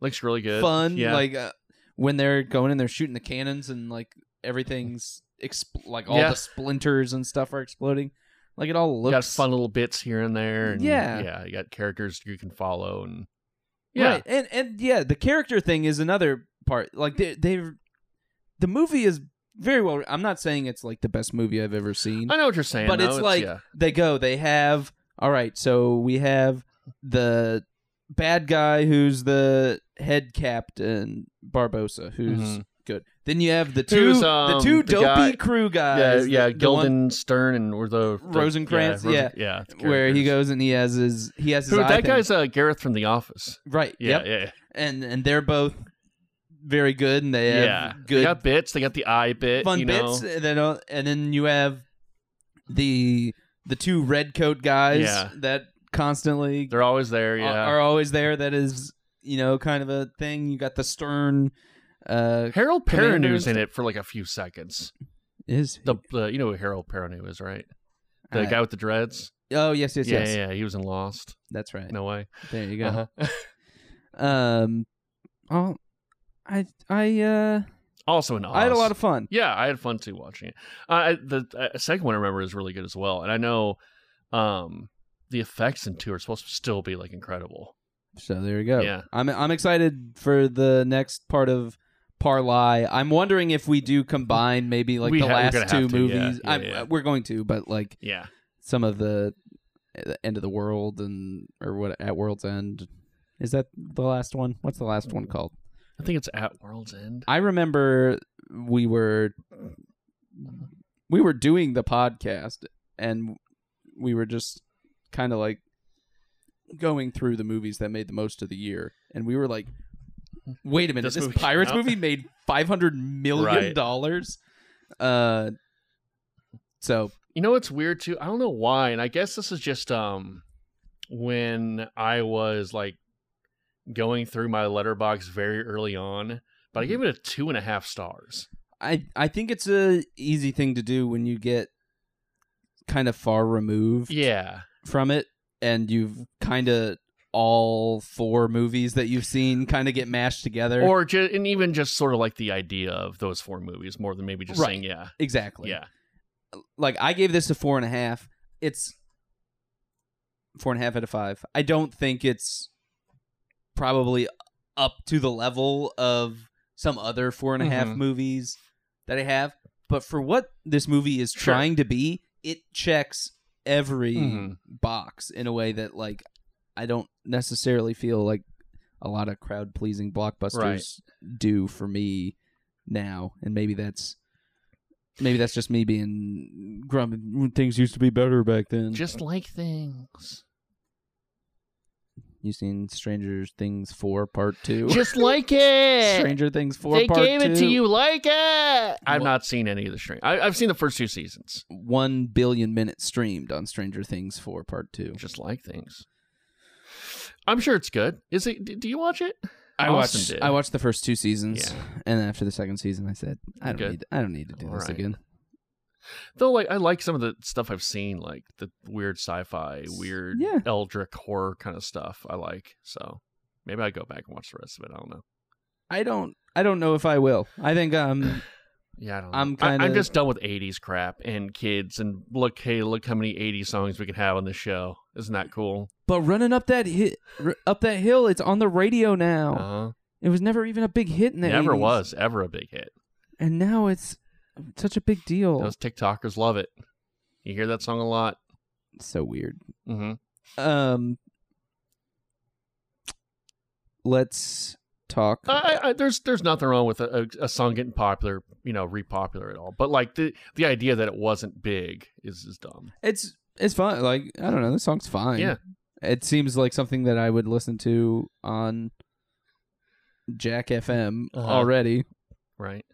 B: looks really good,
D: fun.
B: Yeah,
D: Like uh, when they're going and they're shooting the cannons and like everything's expl- like all
B: Yeah.
D: the splinters and stuff are exploding. Like it all
B: You
D: looks
B: got fun little bits here and there. And
D: Yeah.
B: yeah, you got characters you can follow and yeah,
D: Right. And and yeah, the character thing is another part. Like they they the movie is very well I'm not saying it's like the best movie I've ever seen.
B: I know what you're saying,
D: But
B: though.
D: it's like-
B: yeah.
D: They go, they have all right, so we have the bad guy who's the head captain Barbosa who's
B: Mhm.
D: good. Then you have the two
B: Who's, um,
D: the two
B: the
D: dopey
B: guy-
D: crew
B: yeah,
D: guys.
B: yeah,
D: uh, the- the one-
B: Gilden Stern and or the, the
D: Rosencrantz,
B: Rosen-
D: yeah.
B: yeah, the
D: where he
B: characters.
D: goes and he has his he has his
B: Who,
D: eye
B: that
D: thing.
B: guy's uh, Gareth from The Office.
D: right.
B: Yeah,
D: yep.
B: yeah, yeah.
D: And and they're both very good and they have
B: They
D: good
B: got bits. They got the eye bit.
D: fun
B: you know?
D: bits, and then uh, and then you have the the two red coat guys
B: Yeah.
D: that constantly
B: They're always there.
D: are,
B: Yeah.
D: are always there. That is you know kind of a thing. You got the stern. Uh,
B: Harold
D: Commanders-
B: Perenew's in it for like a few seconds.
D: is
B: The, the you know who Harold Perinew is, right? The
D: Uh,
B: guy with the dreads.
D: Oh yes, yes,
B: yeah,
D: yes.
B: yeah, yeah. He was in Lost.
D: That's right.
B: No way.
D: There you go.
B: Uh-huh.
D: Um, oh, I I uh
B: also in Oz.
D: I had a lot of fun.
B: Yeah, I had fun too watching it. Uh, I- the uh, second one I remember is really good as well, and I know um, the effects in two are supposed to still be like incredible.
D: So there you go.
B: Yeah.
D: I'm I'm excited for the next part of Parlay. I'm wondering if we do combine maybe like
B: We
D: the
B: ha- we're
D: last
B: gonna
D: two
B: have to, yeah,
D: movies.
B: yeah,
D: I'm-
B: yeah.
D: We're going to, but like
B: Yeah,
D: some of the, eh, the end of the world and or what at world's end. Is that the last one? What's the last one called?
B: I think it's at World's End.
D: I remember we were we were doing the podcast and we were just kind of like going through the movies that made the most of the year and we were like wait a minute
B: This
D: this,
B: movie came
D: pirates
B: out?"
D: movie made 500 million
B: Right.
D: dollars uh so
B: You know what's weird too? I don't know why, and I guess this is just um when I was like going through my letterbox very early on, but I gave it a two and a half stars.
D: I I think it's a easy thing to do when you get kind of far removed
B: Yeah.
D: from it and you've kind of all four movies that you've seen kind of get mashed together.
B: Or ju- and even just sort of like the idea of those four movies more than maybe just
D: Right.
B: saying yeah.
D: exactly.
B: Yeah.
D: Like I gave this a four and a half. It's four and a half out of five. I don't think it's probably up to the level of some other four and a half
B: Mhm.
D: movies that I have. But for what this movie is
B: Sure.
D: trying to be, it checks every
B: Mhm.
D: box in a way that like I don't necessarily feel like a lot of crowd pleasing blockbusters do for me now, and maybe that's maybe that's just me being grumpy. Things used to be better back then.
B: Just like things.
D: you seen Stranger Things four part two?
B: Just like it.
D: Stranger Things four
B: they
D: part
B: gave
D: two.
B: it to you like it. I've
D: Wha-
B: not seen any of the string. I, I've seen the first two seasons.
D: One billion minutes streamed on Stranger Things four part two.
B: Just like things. I'm sure it's good. Is it? d- Do you watch it?
D: I
B: Austin
D: watched.
B: did.
D: I watched the first two seasons,
B: Yeah.
D: and then after the second season, I said, "I don't
B: Good.
D: need. I don't need to do
B: All
D: this
B: right.
D: again."
B: Though, like, I like some of the stuff I've seen, like the weird sci-fi, weird
D: Yeah.
B: Eldrick horror kind of stuff. I like. So maybe I go back and watch the rest of it. I don't know.
D: I don't. I don't know if I will. I think um.
B: Yeah, I don't.
D: I'm
B: know. I-
D: kinda-
B: I'm just done with '80s crap and kids and look. Hey, look how many '80s songs we can have on this show. Isn't that cool?
D: But running up that hit, r- up that hill, it's on the radio now.
B: Uh-huh.
D: it was never even a big hit in the
B: Never
D: 80s.
B: was ever a big hit.
D: and now it's such a big deal.
B: Those TikTokers love it. You hear that song a lot.
D: so weird.
B: Mm-hmm.
D: Um, let's talk.
B: I, I, there's there's nothing wrong with a, a, a song getting popular, you know, repopular at all. But like the the idea that it wasn't big is is dumb.
D: it's it's fun. Like I don't know, this song's fine.
B: Yeah.
D: it seems like something that I would listen to on Jack FM
B: Uh-huh.
D: already.
B: Right.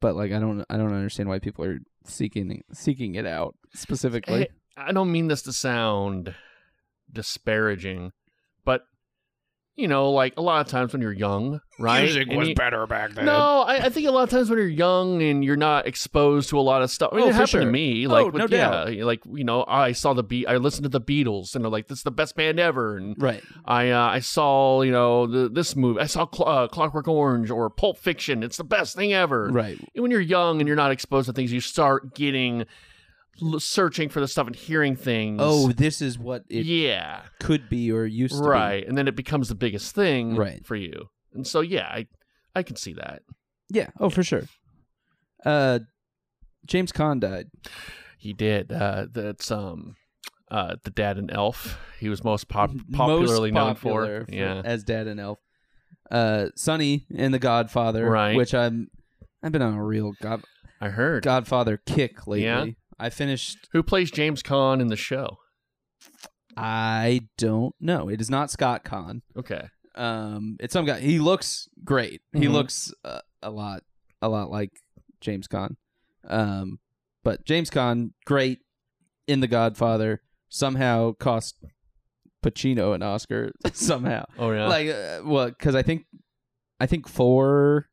D: But like I don't, I don't understand why people are seeking seeking it out specifically.
B: Hey, I don't mean this to sound disparaging, but you know, like a lot of times when you're young, right? And you-
A: better back then.
B: No, I, I think a lot of times when you're young and you're not exposed to a lot of stuff. I mean,
D: Oh,
B: it
D: for
B: happened
D: sure.
B: to me.
D: Oh,
B: Like,
D: no
B: with, yeah, like you know, I saw the beat. I listened to the Beatles, and they're like, "This is the best band ever." And
D: Right.
B: I uh, I saw you know the, this movie. I saw Cl- uh, Clockwork Orange or Pulp Fiction. It's the best thing ever.
D: Right.
B: And when you're young and you're not exposed to things, you start getting l- searching for the stuff and hearing things.
D: Oh, this is what it
B: yeah,
D: could be or used to
B: right. And then it becomes the biggest thing
D: Right.
B: for you. And so yeah, I I can see that.
D: be. Yeah. Oh, for sure. Uh, James Caan died.
B: He did. Uh, that's um, uh, the dad in Elf. He was most pop-
D: Most
B: popularly known
D: popular
B: for. Yeah,
D: as Dad and Elf. Uh, Sonny in The Godfather.
B: Right.
D: Which I'm. I've been on a real God,
B: I heard.
D: Godfather kick lately.
B: Yeah?
D: I finished.
B: Who plays James Caan in the show?
D: I don't know. It is not Scott Caan.
B: Okay.
D: Um, it's some guy. He looks great. He
B: Mhm.
D: looks uh, a lot, a lot like James Caan. Um, but James Caan, great in The Godfather. Somehow cost Pacino an Oscar. somehow,
B: Oh yeah.
D: like, uh, well, because I think, I think four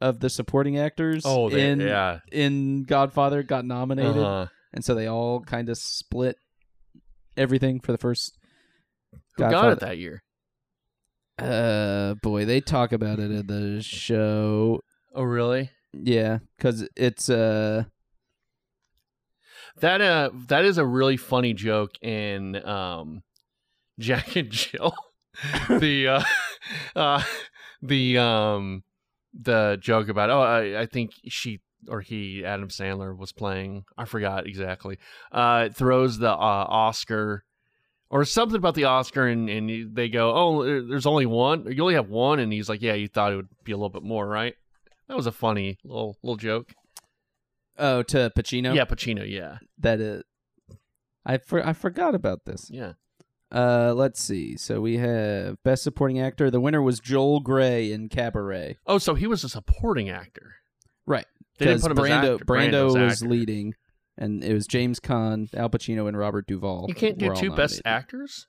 D: of the supporting actors
B: oh they-
D: in
B: yeah.
D: in Godfather got nominated,
B: Uh-huh.
D: and so they all kind of split everything for the first.
B: Who got
D: Godfather.
B: it that year?
D: Uh, boy, they talk about it in the show.
B: Oh really?
D: Yeah, because it's uh,
B: That uh, that is a really funny joke in um, Jack and Jill. the uh, uh, the um, the joke about oh, I, I think she or he, Adam Sandler was playing. I forgot exactly. Uh, throws the uh, Oscar. Or something about the Oscar, and, and you- they go, "Oh, there- there's only one. You only have one." And he's like, "Yeah, you thought it would be a little bit more, right?" That was a funny little little joke.
D: oh to Pacino.
B: Yeah, Pacino. Yeah,
D: that it. I for, I forgot about this.
B: yeah.
D: Uh, let's see. So we have best supporting actor. The winner was Joel Gray in Cabaret.
B: Oh, so he was a supporting actor.
D: Right,
B: They didn't
D: Because
B: put him as
D: Brando
B: actor.
D: Brando
B: Brando's
D: was
B: actor.
D: leading, and it was James Caan, Al Pacino, and Robert Duvall.
B: You can't do
D: were all
B: two best
D: nominated.
B: actors?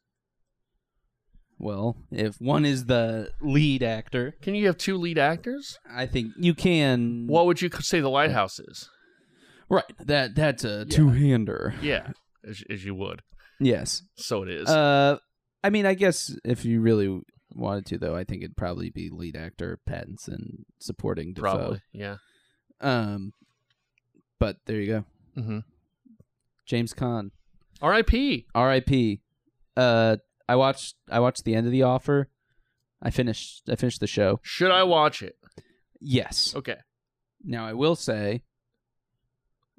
D: Well, if one is the lead actor,
B: Can you have two lead actors?
D: I think you can.
B: What would you say the lighthouse is?
D: Right. That that's a two-hander.
B: Yeah, as, as you would.
D: Yes.
B: So it is.
D: Uh, I mean, I guess if you really wanted to, though, I think it'd probably be lead actor Pattinson supporting Defoe.
B: Probably. Yeah.
D: Um, but there you go.
B: hmm
D: James Caan,
B: R.I.P.
D: R.I.P. Uh, I watched I watched the end of The Offer. I finished I finished the show.
B: Should I watch it?
D: Yes.
B: Okay.
D: Now I will say,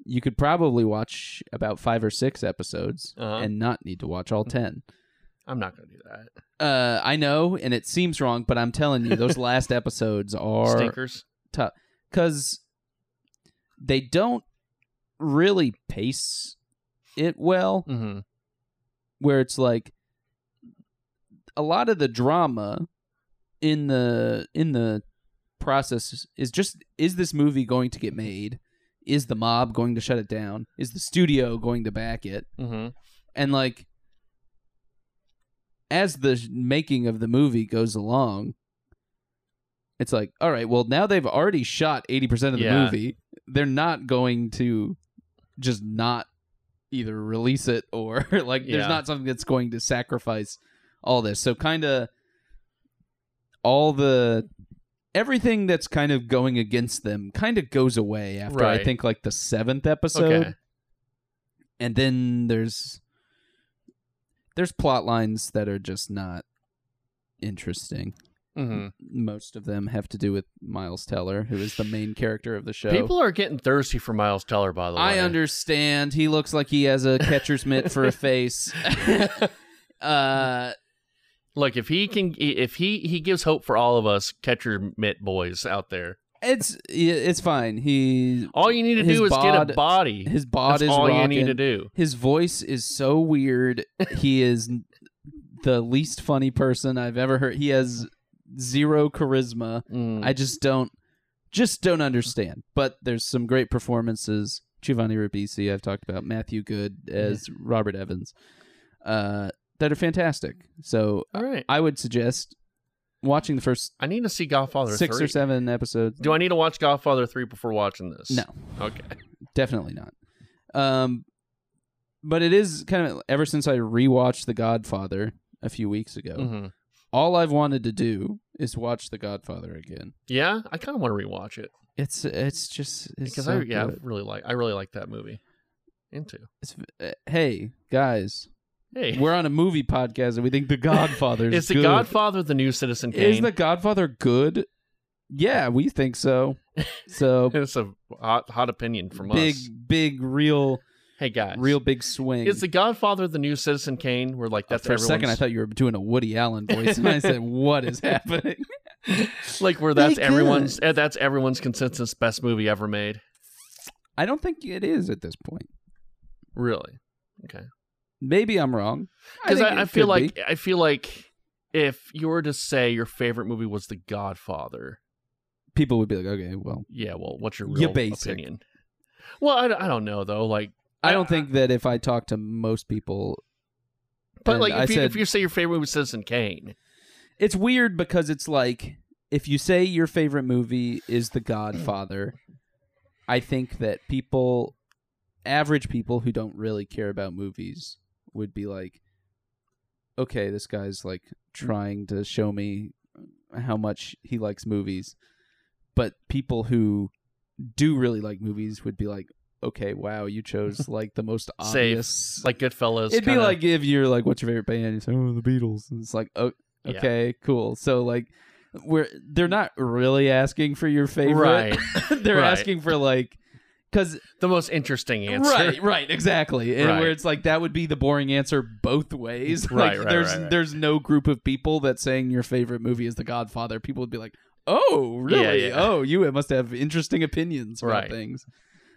D: you could probably watch about five or six episodes
B: Uh-huh.
D: and not need to watch all ten.
B: I'm not gonna do that.
D: Uh, I know, and it seems wrong, but I'm telling you, those last episodes are
B: Stinkers.
D: because they don't really pace it well.
B: Mm-hmm.
D: Where it's like a lot of the drama in the in the process is just is this movie going to get made? Is the mob going to shut it down? Is the studio going to back it?
B: Mm-hmm.
D: and like as the sh- making of the movie goes along it's like all right well now they've already shot 80% of the
B: Yeah.
D: movie they're not going to just not either release it or like
B: Yeah.
D: there's not something that's going to sacrifice all this so kind of all the everything that's kind of going against them kind of goes away after i
B: Right.
D: think like the seventh episode
B: Okay.
D: and then there's there's plot lines that are just not interesting.
B: Mm-hmm.
D: Most of them have to do with Miles Teller, who is the main character of the show.
B: People are getting thirsty for Miles Teller, by the way.
D: I understand. He looks like he has a catcher's mitt for a face. uh,
B: Look, if he can, if he he gives hope for all of us catcher mitt boys out there.
D: it's it's fine. He
B: All you need to
D: His
B: do is get a
D: bod-
B: body.
D: his bod
B: That's
D: is
B: all
D: rocking.
B: you need to do.
D: His voice is so weird. He is n- the least funny person I've ever heard. He has zero charisma.
B: Mm.
D: I just don't just don't understand. But there's some great performances. Giovanni Ribisi, I've talked about Matthew Good as Robert Evans, uh, that are fantastic. So
B: all right.
D: I would suggest watching the first
B: I need to see Godfather
D: six
B: Oh, three.
D: or seven episodes.
B: Do I need to watch Godfather three before watching this?
D: No,
B: Okay.
D: definitely not. Um, but it is kind of ever since I rewatched The Godfather a few weeks ago.
B: hmm
D: All I've wanted to do is watch The Godfather again.
B: Yeah, I kind of want to rewatch it
D: It's it's just it's
B: because
D: so
B: I yeah I
D: good.
B: really like I really like that movie. Into
D: It's, uh, hey guys,
B: hey,
D: we're on a movie podcast and we think The Godfather
B: is
D: is
B: the
D: good.
B: Godfather the new Citizen
D: Is
B: Kane?
D: The Godfather good? Yeah, we think so. So
B: it's a hot hot opinion from
D: big,
B: us.
D: big, real,
B: Hey guys,
D: real big swing.
B: Is the Godfather the new Citizen Kane? We're like that's
D: for a second I
B: everyone's-
D: thought you were doing a Woody Allen voice, and I said, "What is happening?"
B: like where that's
D: They
B: everyone's eh, that's everyone's consensus best movie ever made.
D: I don't think it is at this point.
B: Really?
D: Maybe I'm wrong.
B: Because
D: think
B: I, I,
D: it
B: feel
D: could
B: like
D: be.
B: I feel like if you were to say your favorite movie was The Godfather,
D: people would be like, "Okay, well,
B: yeah, well, what's your
D: You're
B: real
D: basic.
B: opinion? Well, I, don't- I don't know though. Like,
D: I
B: I-
D: don't think that if I talk to most people,
B: but
D: And
B: like
D: I
B: if you, if
D: said-
B: you say your favorite movie was Citizen Kane,
D: it's weird because it's like if you say your favorite movie is The Godfather, I think that people, average people who don't really care about movies, would be like, okay, this guy's like trying to show me how much he likes movies. But people who do really like movies would be like, okay, wow, you chose like the most
B: Safe.
D: obvious.
B: like Goodfellas,
D: It'd be
B: kinda-
D: like if you're like, what's your favorite band? You say, oh, the Beatles. And it's like, oh,
B: Yeah.
D: okay, cool. So like, we're they're not really asking for your favorite.
B: right
D: they're
B: right.
D: asking for like, because
B: the most interesting answer.
D: right, right, exactly. And
B: Right.
D: where it's like that would be the boring answer both ways. Like,
B: Right, right,
D: There's
B: right, right.
D: there's no group of people that saying your favorite movie is The Godfather. People would be like, oh, really?
B: yeah.
D: Oh, you must have interesting opinions about
B: Right.
D: things.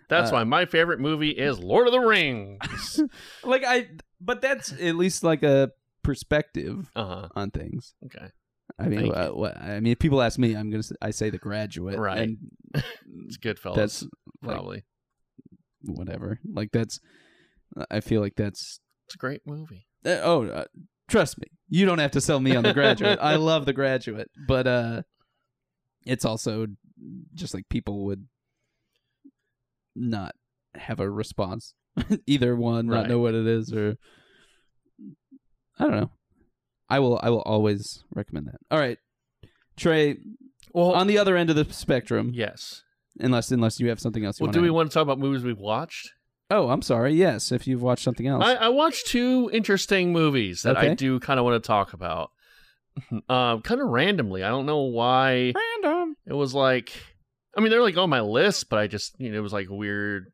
B: That's
D: Uh,
B: why my favorite movie is Lord of the Rings.
D: Like I, but that's at least like a perspective
B: uh huh.
D: on things.
B: Okay.
D: I
B: Thank
D: mean, uh, what, I mean, if people ask me, I'm gonna s- I say the graduate,
B: Right.
D: And
B: It's Goodfellas.
D: that's like-
B: probably.
D: whatever. Like that's, I feel like that's
B: it's a great movie.
D: uh, oh, uh, Trust me, you don't have to sell me on The Graduate. I love The Graduate, but uh, it's also just like people would not have a response. Either one, not
B: Right.
D: know what it is, or I don't know. I will. I will always recommend that. All right, Trey.
B: Well,
D: on the other end of the spectrum,
B: yes.
D: unless unless you have something else you
B: Well,
D: want
B: do we want to talk about movies we've watched?
D: Oh, I'm sorry. Yes, if you've watched something else.
B: I, I watched two interesting movies that I
D: Okay.
B: do kind of want to talk about. um, kind of randomly. I don't know why
D: Random.
B: it was like. I mean, they're like on my list, but I just you know it was like a weird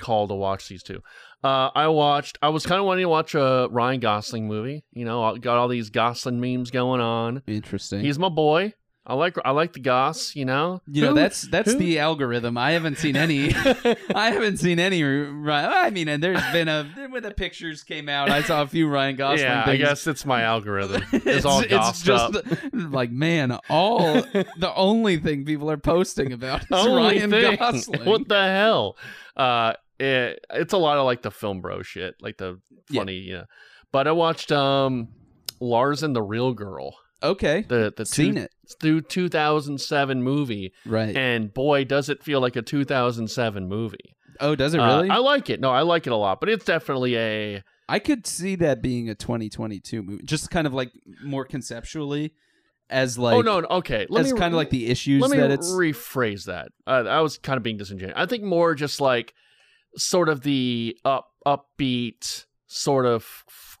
B: call to watch these two. Uh, I watched. I was kind of wanting to watch a Ryan Gosling movie. You know, I got all these Gosling memes going on.
D: Interesting.
B: He's my boy. I like I like the Goss. You know.
D: you know
B: Who-
D: that's that's
B: who-
D: the algorithm. I haven't seen any. I haven't seen any. Ri- I mean, and there's been a when the pictures came out, I saw a few Ryan Gosling.
B: yeah, I
D: things.
B: guess it's my algorithm. It's all
D: it's
B: gossed
D: just
B: up.
D: like man, all the only thing people are posting about is
B: Only
D: Ryan
B: thing.
D: Gosling.
B: What the hell? Uh, it, it's a lot of like the film bro shit, like the
D: Yeah.
B: funny, you know. But I watched um Lars and the Real Girl,
D: okay,
B: the the
D: seen
B: two,
D: it
B: through 2007 movie,
D: right?
B: and boy, does it feel like a 2007 movie.
D: oh, does it
B: Uh,
D: really?
B: I like it. No, I like it a lot, but it's definitely a
D: I could see that being a 2022 movie, just kind of like more conceptually, as like
B: oh no, no, okay. Let
D: as
B: me-
D: kind of like the issues
B: Let me
D: that it's
B: rephrase that. Uh, I was kind of being disingenuous. I think more just like sort of the up upbeat sort of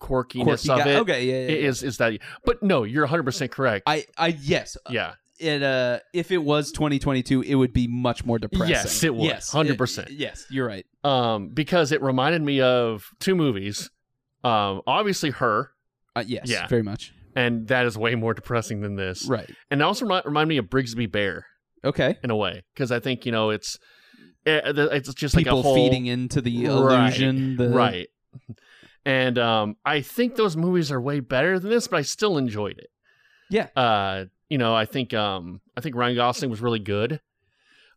B: quirkiness
D: quirky
B: of
D: guy-
B: it
D: Okay, yeah, yeah, yeah.
B: is is that. But no, you're 100 percent correct.
D: I, I yes,
B: yeah.
D: it uh, if it was 2022, it would be much more depressing.
B: Yes, it would.
D: Yes,
B: 100%.
D: it- Yes, you're right.
B: Um, because it reminded me of two movies. Um, obviously her,
D: Uh, yes,
B: Yeah.
D: very much.
B: and that is way more depressing than this.
D: Right.
B: And it also remi- remind me of Brigsby Bear
D: Okay.
B: in a way, because I think you know it's it, it's just like
D: People
B: a whole
D: feeding into the
B: Right,
D: illusion. the-
B: right and um i think those movies are way better than this but i still enjoyed it
D: Yeah.
B: uh you know i think um i think ryan gosling was really good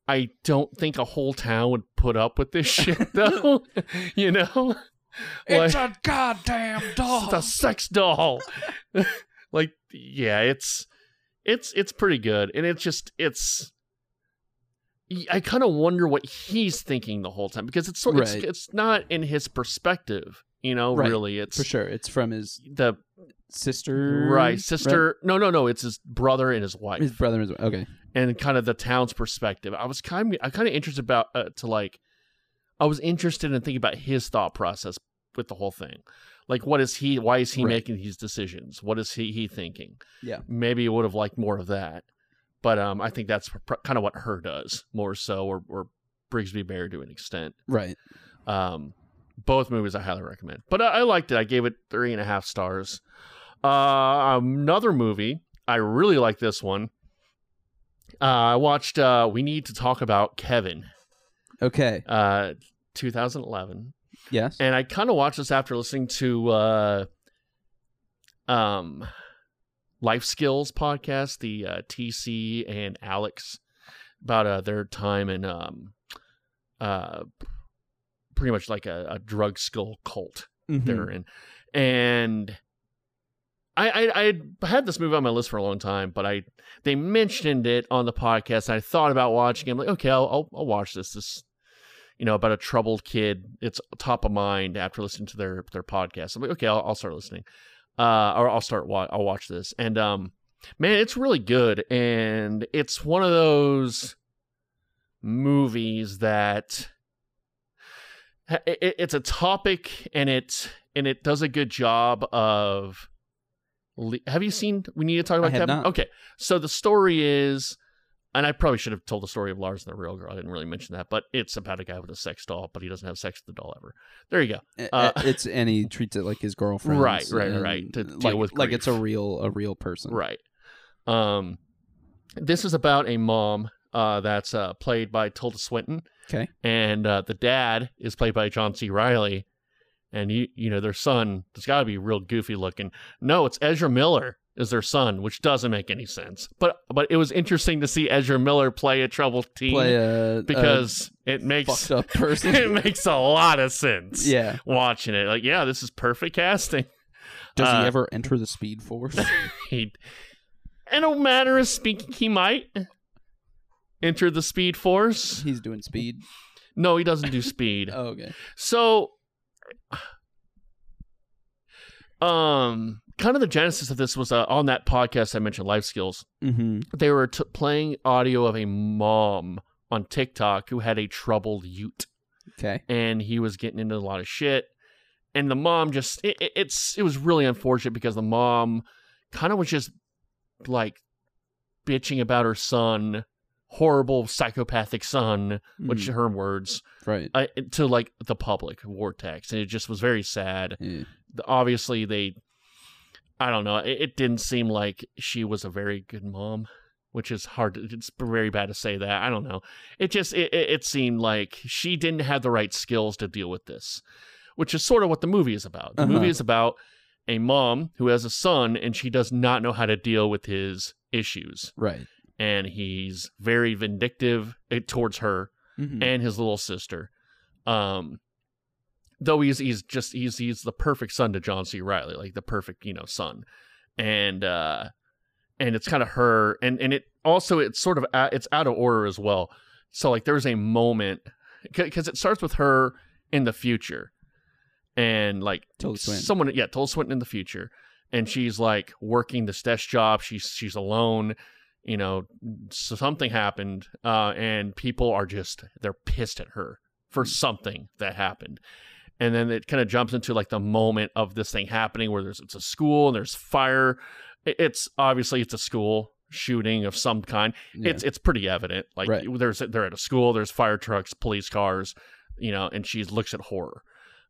B: i don't think a whole town would put up with this shit though you know
D: It's
B: Like,
D: a goddamn
B: it's a
D: dog.
B: sex doll like yeah it's it's it's pretty good and it's just it's i kind of wonder what he's thinking the whole time because it's sort
D: Right.
B: it's, it's not in his perspective you know
D: Right,
B: really it's
D: For sure, Mm, it's from his
B: the
D: sister.
B: right sister no no no it's his brother and his
D: right?
B: wife
D: his brother. Is, okay.
B: and kind of the town's perspective i was kind of i kind of interested about uh, to like i was interested in thinking about his thought process with the whole thing like what is he why is he
D: Right.
B: making these decisions what is he he thinking
D: Yeah.
B: maybe would have liked more of that but um i think that's pr- kind of what her does more so or or brigsby bear to an extent
D: Right.
B: um, both movies I highly recommend. But I, I liked it. I gave it three and a half stars. Uh, another movie I really like this one. Uh, I watched. Uh, we need to talk about Kevin.
D: Okay.
B: Uh, 2011,
D: Yes.
B: and I kind of watched this after listening to uh, um, Life Skills podcast, the uh, TC and Alex about uh, their time in um, uh, pretty much like a, a drug skull cult
D: Mhm.
B: they're in, and I, I I had had this movie on my list for a long time, but I they mentioned it on the podcast. And I thought about watching. it. I'm like, okay, I'll, I'll I'll watch this. This, you know, about a troubled kid. It's top of mind after listening to their their podcast. I'm like, okay, I'll, I'll start listening, uh, or I'll start wa- I'll watch this. And um, man, it's really good, and it's one of those movies that ha- it, it- it's a topic, and it and it does a good job of. le- Have you seen? We need to talk about
D: have
B: Kevin.
D: not.
B: Okay, so the story is, and I probably should have told the story of Lars and the Real Girl. I didn't really mention that, but it's about a guy with a sex doll, but he doesn't have sex with the doll ever. There you go.
D: Uh,
B: Uh,
D: it's and he treats it like his girlfriend,
B: Right, right, right, to
D: like,
B: deal with
D: like it's a
B: grief.
D: real a real person,
B: Right. Um, this is about a mom uh, that's uh, played by Tilda Swinton.
D: Okay.
B: And uh, the dad is played by John C. Riley. And you, you know, their son has got to be real goofy looking. No, it's Ezra Miller is their son, which doesn't make any sense. But but it was interesting to see Ezra Miller play a troubled teen
D: Play a a
B: because it makes
D: fucked up person.
B: it makes a lot of sense
D: yeah,
B: watching it. Like, yeah, this is perfect casting.
D: Does
B: Uh,
D: he ever enter the Speed Force?
B: He, in a manner of speaking, he might enter the speed force.
D: He's doing speed.
B: No, he doesn't do speed.
D: Oh, okay.
B: So, um, kind of the genesis of this was uh, on that podcast I mentioned, Life Skills.
D: Mm-hmm.
B: They were t- playing audio of a mom on TikTok who had a troubled Ute,
D: Okay.
B: and he was getting into a lot of shit. And the mom just it, it- it's it was really unfortunate because the mom kind of was just like bitching about her son, horrible psychopathic son, which her words
D: Mm, right.
B: uh, to like the public vortex and it just was very sad
D: Yeah.
B: The- obviously they i don't know it, it didn't seem like she was a very good mom which is hard to, it's very bad to say that i don't know it just it, it, it seemed like she didn't have the right skills to deal with this which is sort of what the movie is about the
D: Uh-huh.
B: movie is about a mom who has a son and she does not know how to deal with his issues
D: Right.
B: and he's very vindictive eh, towards her
D: Mhm.
B: and his little sister. Um, though he's he's just he's he's the perfect son to John C. Riley, like the perfect you know son, and uh, and it's kind of her, and and it also it's sort of out, it's out of order as well. So like there's a moment because it starts with her in the future, and like
D: Tilda Swinton.
B: someone yeah Tilda Swinton in the future, and she's like working this desk job. She's she's alone. You know, so something happened, uh, and people are just they're pissed at her for something that happened. And then it kind of jumps into like the moment of this thing happening where there's it's a school and there's fire. I- It's obviously it's a school shooting of some kind.
D: Yeah.
B: It's it's pretty evident. Like
D: Right.
B: there's they're at a school, there's fire trucks, police cars, you know, and she looks at horror.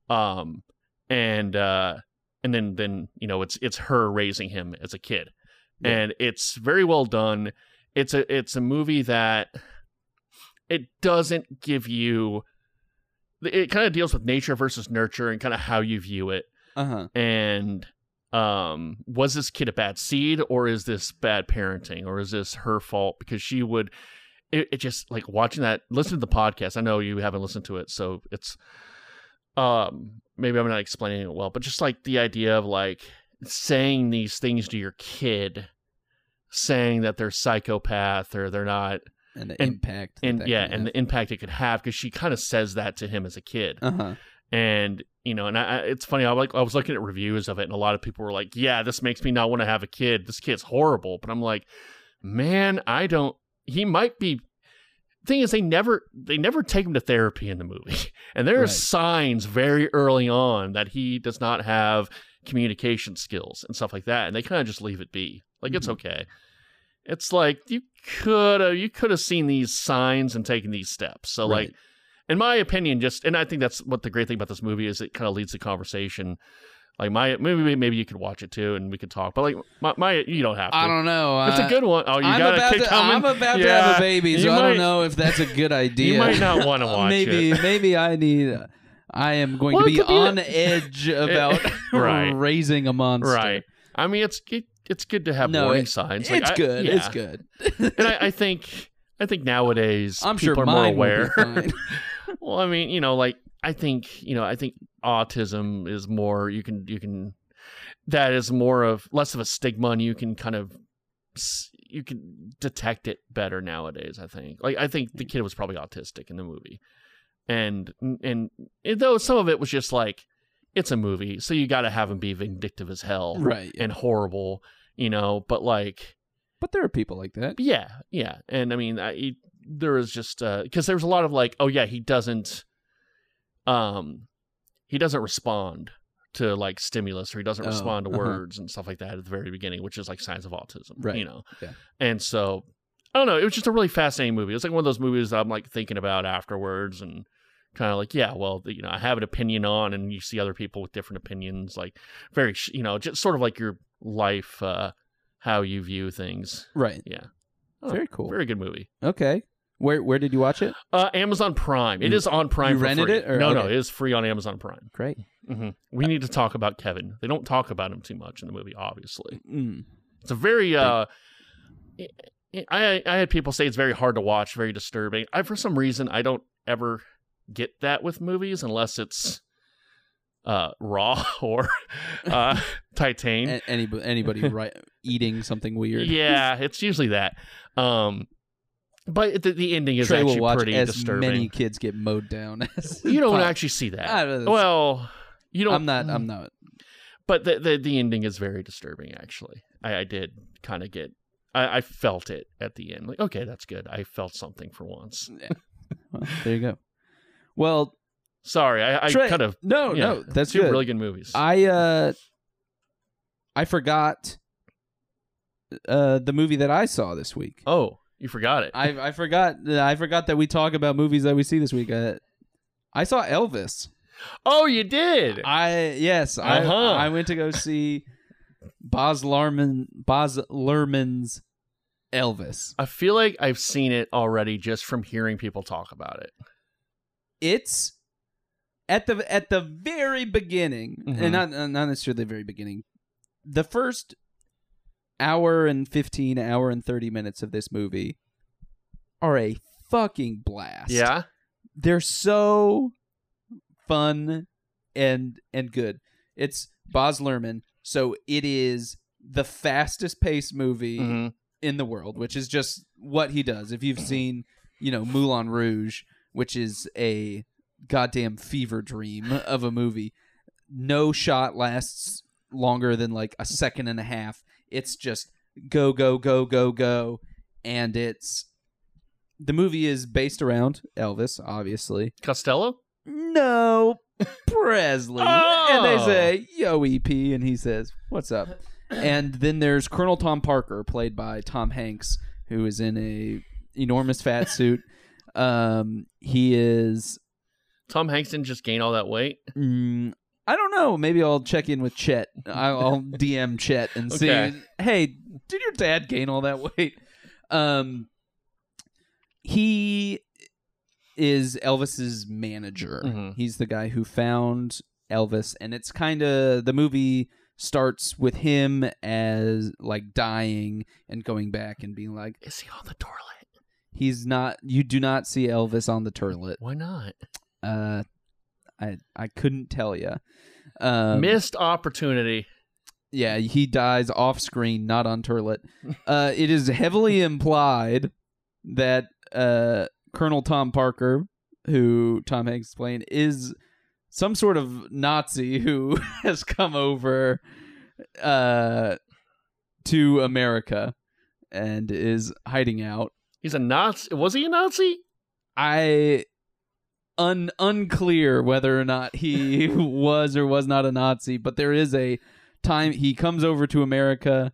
B: Um and uh and then then you know it's it's her raising him as a kid.
D: Yeah.
B: And it's very well done. It's a it's a movie that it doesn't give you it kind of deals with nature versus nurture and kind of how you view it
D: uh-huh.
B: and um was this kid a bad seed or is this bad parenting or is this her fault because she would it, it just like watching that listen to the podcast i know you haven't listened to it so it's um maybe i'm not explaining it well but just like the idea of like saying these things to your kid saying that they're psychopath or they're not
D: And the
B: and-
D: impact. that
B: and
D: that
B: yeah
D: can
B: and
D: have.
B: the impact it could have because she kind of says that to him as a kid
D: uh-huh.
B: and you know, and I, I- it's funny. I like I was looking at reviews of it, and a lot of people were like, "Yeah, this makes me not want to have a kid. This kid's horrible." But I'm like, man, I don't. He might be. Thing is, they never they never take him to therapy in the movie, and there are
D: Right.
B: signs very early on that he does not have communication skills and stuff like that, and they kind of just leave it be. Like it's
D: Mhm.
B: okay. It's like you could have you could have seen these signs and taken these steps. So like
D: Right.
B: in my opinion, just and I think that's what the great thing about this movie is. It kind of leads the conversation. Like my maybe maybe you could watch it too and we could talk. But like my, my you don't have to.
D: I don't know.
B: it's
D: I-
B: a good one. Oh, you
D: I'm
B: got a
D: about
B: kid
D: to,
B: coming.
D: I'm about to
B: Yeah,
D: have a baby, so
B: you
D: I
B: might-
D: don't know if that's a good idea. Uh,
B: You might not want to watch
D: maybe
B: it.
D: maybe I need. I am going
B: Well,
D: to
B: it
D: be
B: could be a-
D: on edge about
B: Right.
D: raising a monster.
B: Right. I mean, it's it, it's good to have
D: No,
B: warning
D: it-
B: signs.
D: It's,
B: Like, I-
D: good. It's
B: yeah.
D: good.
B: And I, I think I think nowadays
D: I'm
B: people
D: sure
B: are more
D: mine will
B: aware.
D: be fine.
B: Well, I mean, you know, like I think, you know, I think autism is more you can you can that is more of less of a stigma and you can kind of s- you can detect it better nowadays, I think. Like I think the kid was probably autistic in the movie. And and it- though some of it was just like it's a movie, so you got to have him be vindictive as hell
D: right.
B: and horrible, you know, but like
D: But there are people like that.
B: yeah, yeah, and I mean, I, he- there was just because there was a lot of like, oh yeah, he doesn't, um, he doesn't respond to like stimulus or he doesn't
D: Oh,
B: respond to
D: uh-huh.
B: words and stuff like that at the very beginning, which is like signs of autism,
D: Right,
B: You know,
D: yeah.
B: and so I don't know. It was just a really fascinating movie. It was like one of those movies that I'm like thinking about afterwards and kind of like, yeah, well, you know, I have an opinion on, and you see other people with different opinions, like very, sh- you know, just sort of like your life, uh, how you view things.
D: Right.
B: Yeah. Oh,
D: Very cool.
B: Very good movie.
D: Okay. Where where did you watch it?
B: Uh, Amazon Prime. It
D: You-
B: is on Prime.
D: you
B: for
D: rented
B: free.
D: it, or-
B: no, no,
D: okay. Mm-hmm.
B: it is free on Amazon Prime.
D: Great.
B: hmm We need to talk about Kevin. They don't talk about him too much in the movie. Obviously,
D: Mm.
B: it's a very. Uh, I I had people say it's very hard to watch, very disturbing. I for some reason I don't ever get that with movies unless it's uh, Raw or uh, Titan.
D: A- anyb- anybody right, eating something weird.
B: Yeah, it's usually that. Um, but the, the ending is
D: Trey will
B: actually
D: watch
B: pretty
D: as
B: disturbing.
D: many kids get mowed down as
B: you don't
D: possible.
B: actually see that.
D: I don't-
B: well, you don't. Mm,
D: I'm not. I'm not.
B: But the, the the ending is very disturbing. Actually, I, I did kind of get. I, I felt it at the end. Like, okay, that's good. I felt something for once.
D: Well, there you go. Well,
B: Sorry, I, I
D: Trey,
B: kind of.
D: no,
B: yeah,
D: no, that's
B: two
D: good.
B: really good movies.
D: I uh, I forgot uh the movie that I saw this week.
B: oh, you forgot it.
D: I I forgot. I forgot that we talk about movies that we see this week. Uh, I saw Elvis.
B: oh, you did.
D: I yes,
B: Uh-huh.
D: I I went to go see Boz Lerman Boz Lerman's Elvis.
B: I feel like I've seen it already just from hearing people talk about it.
D: It's at the at the very beginning,
B: Mhm.
D: and not not necessarily the very beginning. The first hour and fifteen, hour and thirty minutes of this movie are a fucking blast.
B: Yeah.
D: they're so fun and and good. It's Boz Lerman, so it is the fastest paced movie
B: hmm
D: in the world, which is just what he does. If you've seen, you know, Moulin Rouge, which is a goddamn fever dream of a movie, no shot lasts longer than like a second and a half. It's just go, go, go, go, go. And it's. The movie is based around Elvis, obviously.
B: Costello.
D: No, Presley.
B: Oh.
D: And they say, yo, EP. And he says, what's up? And then there's Colonel Tom Parker, played by Tom Hanks, who is in a enormous fat suit. um, he is,
B: Tom Hanks didn't just gain all that weight.
D: mm, I don't know. Maybe I'll check in with Chet. I'll I'll DM Chet and see.
B: Okay.
D: Hey, did your dad gain all that weight? Um, he is Elvis's manager.
B: Mhm.
D: He's the guy who found Elvis, and it's kind of the movie starts with him as like dying and going back and being like,
B: Is he on the toilet?
D: he's not. You do not see Elvis on the toilet.
B: Why not?
D: Uh, I I couldn't tell you. Um,
B: Missed opportunity.
D: Yeah, he dies off screen, not on Turlet. Uh, it is heavily implied that uh, Colonel Tom Parker, who Tom Hanks is playing, is some sort of Nazi who has come over uh, to America and is hiding out.
B: He's a Nazi. Was he a Nazi?
D: I un unclear whether or not he was or was not a Nazi, but there is a time he comes over to America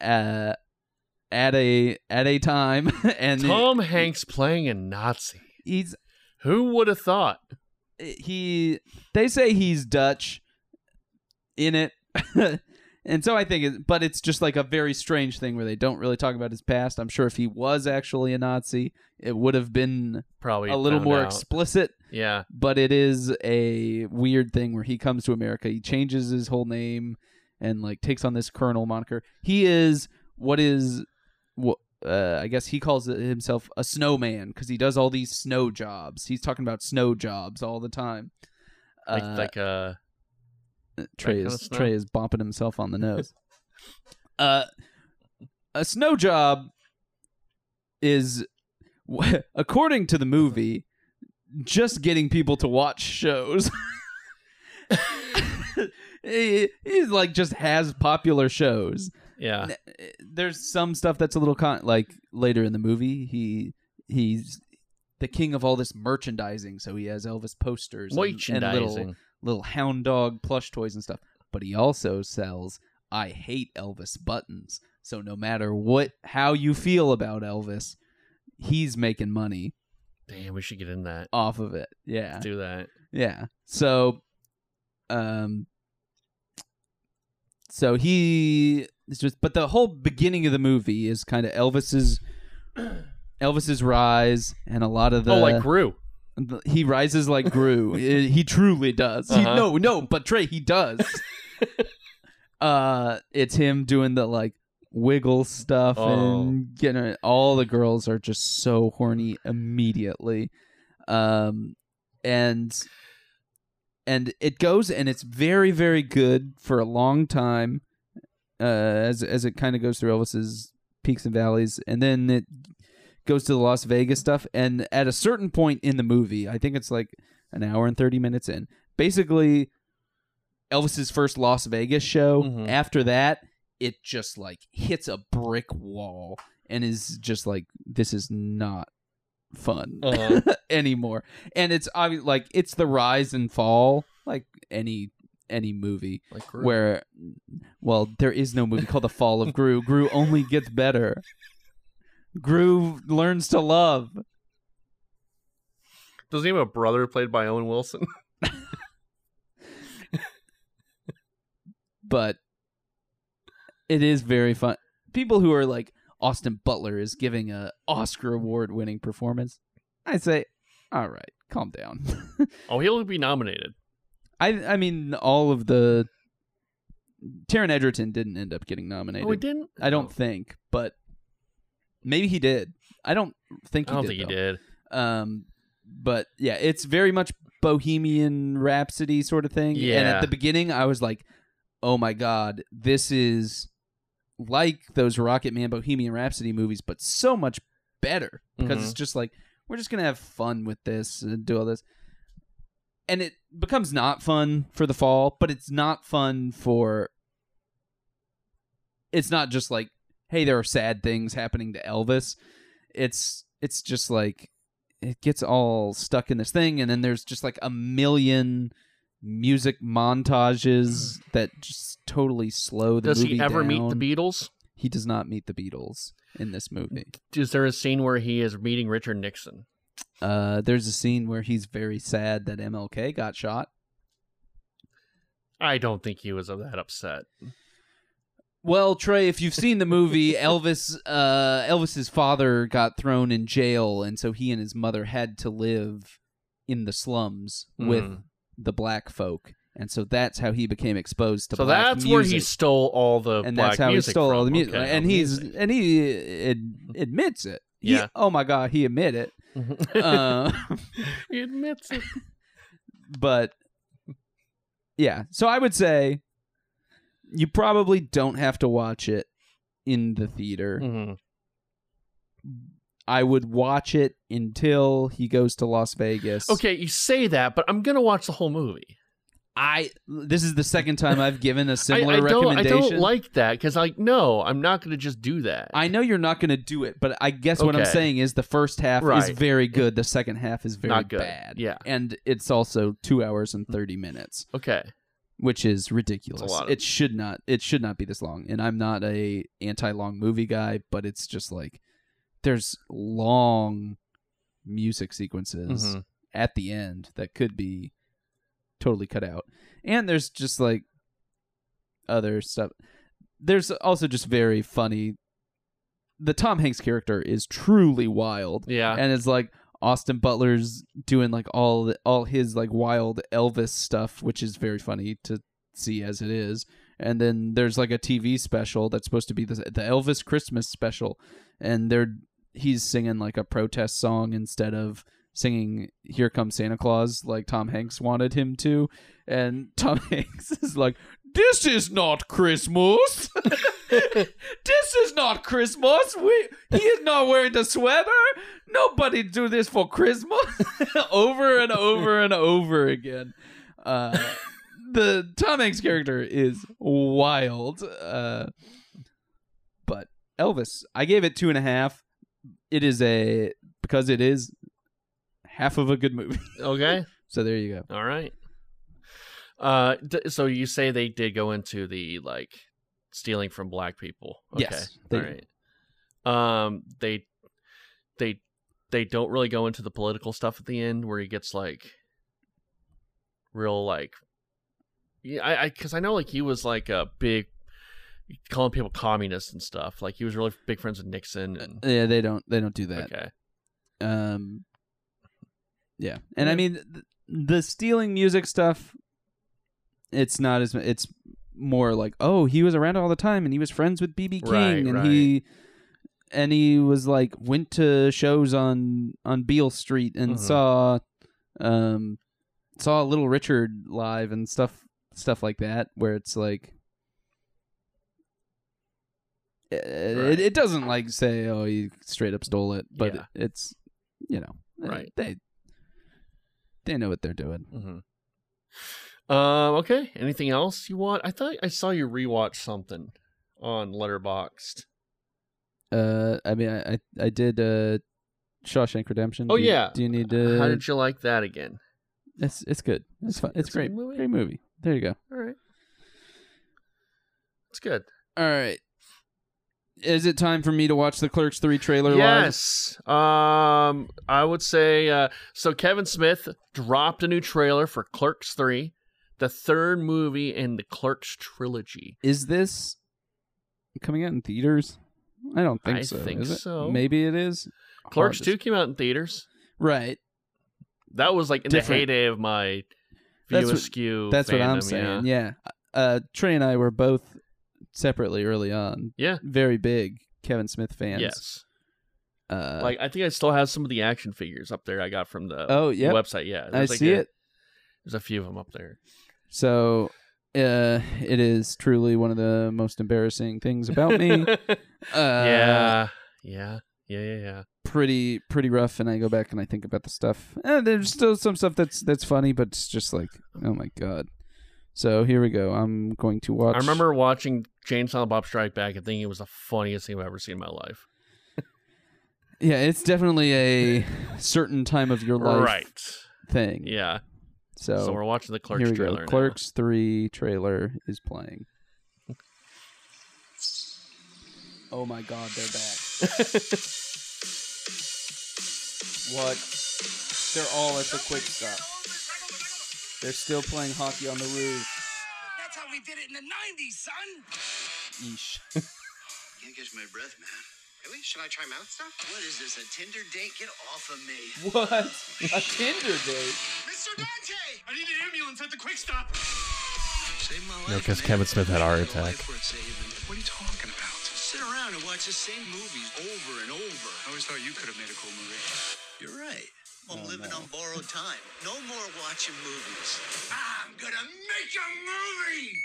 D: uh, at a at a time and
B: Tom Hanks playing a Nazi.
D: he's
B: Who would have thought?
D: he they say he's Dutch in it. and so I think it, but it's just like a very strange thing where they don't really talk about his past. I'm sure if he was actually a Nazi, it would have been
B: Probably
D: a little
B: found
D: more
B: out.
D: explicit.
B: yeah.
D: but it is a weird thing where he comes to America, he changes his whole name, and like takes on this colonel moniker. He is what is what uh, I guess he calls it himself a snowman because he does all these snow jobs. He's talking about snow jobs all the time.
B: Like,
D: Uh,
B: like uh,
D: Trey
B: kind
D: is
B: of snow?
D: Trey is bopping himself on the nose. uh, a snow job is, w- according to the movie, just getting people to watch shows. he, he's like just has popular shows.
B: yeah.
D: There's some stuff that's a little con like later in the movie. He he's the king of all this merchandising, so he has Elvis posters and- and, little
B: Merchandising.
D: little hound dog plush toys and stuff. But he also sells I hate Elvis buttons. So no matter what how you feel about Elvis, he's making money
B: Damn, we should get in that.
D: off of it. Yeah.
B: Let's do that.
D: Yeah. So um so he it's just but the whole beginning of the movie is kind of Elvis's Elvis's rise and a lot of the
B: oh, like Gru.
D: Th- He rises like Gru. I- he truly does. He,
B: Uh-huh.
D: no, no, but Trey, he does. uh, it's him doing the like wiggle stuff
B: Oh.
D: and getting it- all the girls are just so horny immediately. Um, and and it goes and it's very very good for a long time uh, as as it kind of goes through Elvis's peaks and valleys, and then it goes to the Las Vegas stuff. And at a certain point in the movie, I think it's like an hour and thirty minutes in, basically Elvis's first Las Vegas show.
B: Mhm.
D: After that, it just like hits a brick wall and is just like this is not fun
B: Uh-huh.
D: anymore. And it's obvious like it's the rise and fall like any any movie
B: Like Groot.
D: where well there is no movie called the fall of gru gru only gets better gru learns to love
B: Does he have a brother played by Owen Wilson?
D: but it is very fun people who are like austin butler is giving a oscar award winning performance i say all right calm down
B: oh, he'll be nominated.
D: i i mean all of the Taron Edgerton didn't end up getting nominated.
B: Oh, he didn't.
D: I don't
B: Oh,
D: think, but maybe he did. I don't think
B: I
D: he
B: don't
D: did.
B: think
D: though.
B: he did.
D: Um, but yeah, it's very much Bohemian Rhapsody sort of thing. And
B: Yeah.
D: at the beginning, I was like, "Oh my god, this is like those Rocket Man Bohemian Rhapsody movies, but so much better because it's just like we're just gonna have fun with this and do all this." And it becomes not fun for the fall, but it's not fun for. It's not just like, hey, there are sad things happening to Elvis. It's it's just like it gets all stuck in this thing and then there's just like a million music montages that just totally slow the
B: Hmm. Does
D: movie
B: he ever meet the
D: down.
B: Beatles?
D: he does not meet the beatles in this movie
B: Is there a scene where he is meeting Richard Nixon?
D: uh, there's a scene where he's very sad that mlk got shot
B: I don't think he was that upset.
D: well trey if you've seen the movie elvis uh, elvis's father got thrown in jail and so he and his mother had to live in the slums with
B: Mm.
D: the black folk and so that's how he became exposed to
B: So
D: black
B: that's where he
D: music.
B: stole all the
D: and
B: black
D: that's how he
B: music
D: stole all
B: from.
D: the music.
B: Okay,
D: and
B: all the
D: he's
B: music.
D: and he ad- admits it. He-
B: Yeah.
D: oh my god, he admit it. Uh,
B: he admits it.
D: but yeah, so I would say you probably don't have to watch it in the theater.
B: Mhm.
D: I would watch it until he goes to Las Vegas.
B: Okay, you say that, but I'm gonna watch the whole movie.
D: I this is the second time I've given a
B: I,
D: similar
B: I don't. I
D: recommendation.
B: don't like that because, like, no, I'm not gonna just do that.
D: I know you're not going to do it, but I guess what I'm
B: Okay.
D: saying is the first half is
B: Right.
D: very good. The second half is very
B: Not good.
D: bad.
B: Yeah.
D: And it's also two hours and 30 minutes,
B: okay.
D: which is ridiculous.
B: lot of-
D: It should not, it should not be this long. And I'm not a anti-long movie guy, but it's just like there's long music sequences
B: Mhm.
D: at the end that could be totally cut out. And there's just like other stuff. There's also just very funny. The Tom Hanks character is truly wild,
B: Yeah.
D: and it's like Austin Butler's doing like all the, all his like wild Elvis stuff, which is very funny to see as it is. And then there's like a TV special that's supposed to be the the Elvis Christmas special, and they're he's singing like a protest song instead of singing "Here Comes Santa Claus" like Tom Hanks wanted him to, and Tom Hanks is like, "This is not Christmas. this is not Christmas. We he is not wearing the sweater. Nobody do this for Christmas." over and over and over again. Uh, the Tom Hanks character is wild, uh, but Elvis, I gave it two and a half. It is a because it is half of a good movie.
B: okay.
D: So there you go.
B: All right. Uh, d- so you say they did go into the like stealing from black people? Okay.
D: Yes, they
B: All right. Um, they, they, they don't really go into the political stuff at the end where he gets like real like, yeah, I, I, because I know like he was like a big calling people communists and stuff. Like he was really big friends with Nixon and
D: Yeah, they don't they don't do that.
B: okay,
D: Um, yeah, and I
B: Yeah.
D: mean th- the stealing music stuff. It's not as it's more like oh he was around all the time and he was friends with BB King
B: Right,
D: and
B: right.
D: he and he was like
B: Mm-hmm.
D: went to shows on on Beale Street and
B: Mhm.
D: saw um saw Little Richard live and stuff stuff like that, where it's like. uh, It, it doesn't like say, "Oh, you straight up stole it," but
B: Yeah.
D: it's, you know, they-
B: Right.
D: They they know what they're doing.
B: Mm-hmm. Um. Okay. Anything else you want? I thought I saw you rewatch something on Letterboxd.
D: Uh, I mean, I I, I did uh, Shawshank Redemption.
B: Oh,
D: Do you-
B: yeah.
D: do you need to?
B: How did you like that again?
D: It's it's good. It's fun. It's,
B: It's a
D: great.
B: good movie.
D: Great movie. There you go.
B: All right. It's good.
D: All right. Is it time for me to watch the Clerks Three trailer
B: Yes. Um, I would say uh, so. Kevin Smith dropped a new trailer for Clerks Three, the third movie in the Clerks trilogy.
D: live? Is this coming out in theaters? I don't think
B: I
D: so.
B: think
D: is it?
B: so.
D: Maybe it is.
B: Clerks
D: Hard to-
B: Two came out in theaters.
D: Right.
B: That was like in
D: Different.
B: the heyday of my
D: That's
B: view
D: what-
B: askew.
D: That's what I'm
B: fandom,
D: saying. Yeah. Uh, Trey and I were both separately early on.
B: Yeah.
D: Very big Kevin Smith fans.
B: Yes.
D: Uh,
B: like I think I still have some of the action figures up there I got from the
D: oh yeah,
B: website. Yeah,
D: I
B: there's like
D: see
B: a-
D: it.
B: There's a few of them up there.
D: So. Uh, it is truly one of the most embarrassing things about me. uh,
B: yeah. Yeah. Yeah. Yeah. Yeah.
D: pretty pretty rough and I go back and I think about the stuff. And there's still some stuff that's that's funny, but it's just like, oh my god. So here we go. I'm going to watch
B: I remember watching James Silent Bob Strike Back and thinking it was the funniest thing I've ever seen in my life.
D: Yeah, it's definitely a certain time of your life
B: Right.
D: thing.
B: Yeah.
D: So,
B: so we're watching the Clerks
D: here we
B: trailer.
D: go.
B: now.
D: Clerks 3 trailer is playing. Oh my god, they're back. what? They're all at the quick stop. They're still playing hockey on the roof.
E: That's how we did it in the 90s, son.
D: Yeesh.
E: Can't catch my breath, man. Really? Should I try mouth stuff? What is this, a Tinder date? Get off of me.
D: What? A Tinder date?
E: Mr. Dante! I need an ambulance at the quick stop. Save my life.
B: No, 'cause
E: man.
B: Kevin Smith had a heart
E: Ain't no
B: attack.
E: life worth saving. What are you talking about? Sit around and watch the same movies over and over. I always thought you could have made a cool movie. You're right. I'm living on borrowed time. No more watching movies. I'm gonna make a movie!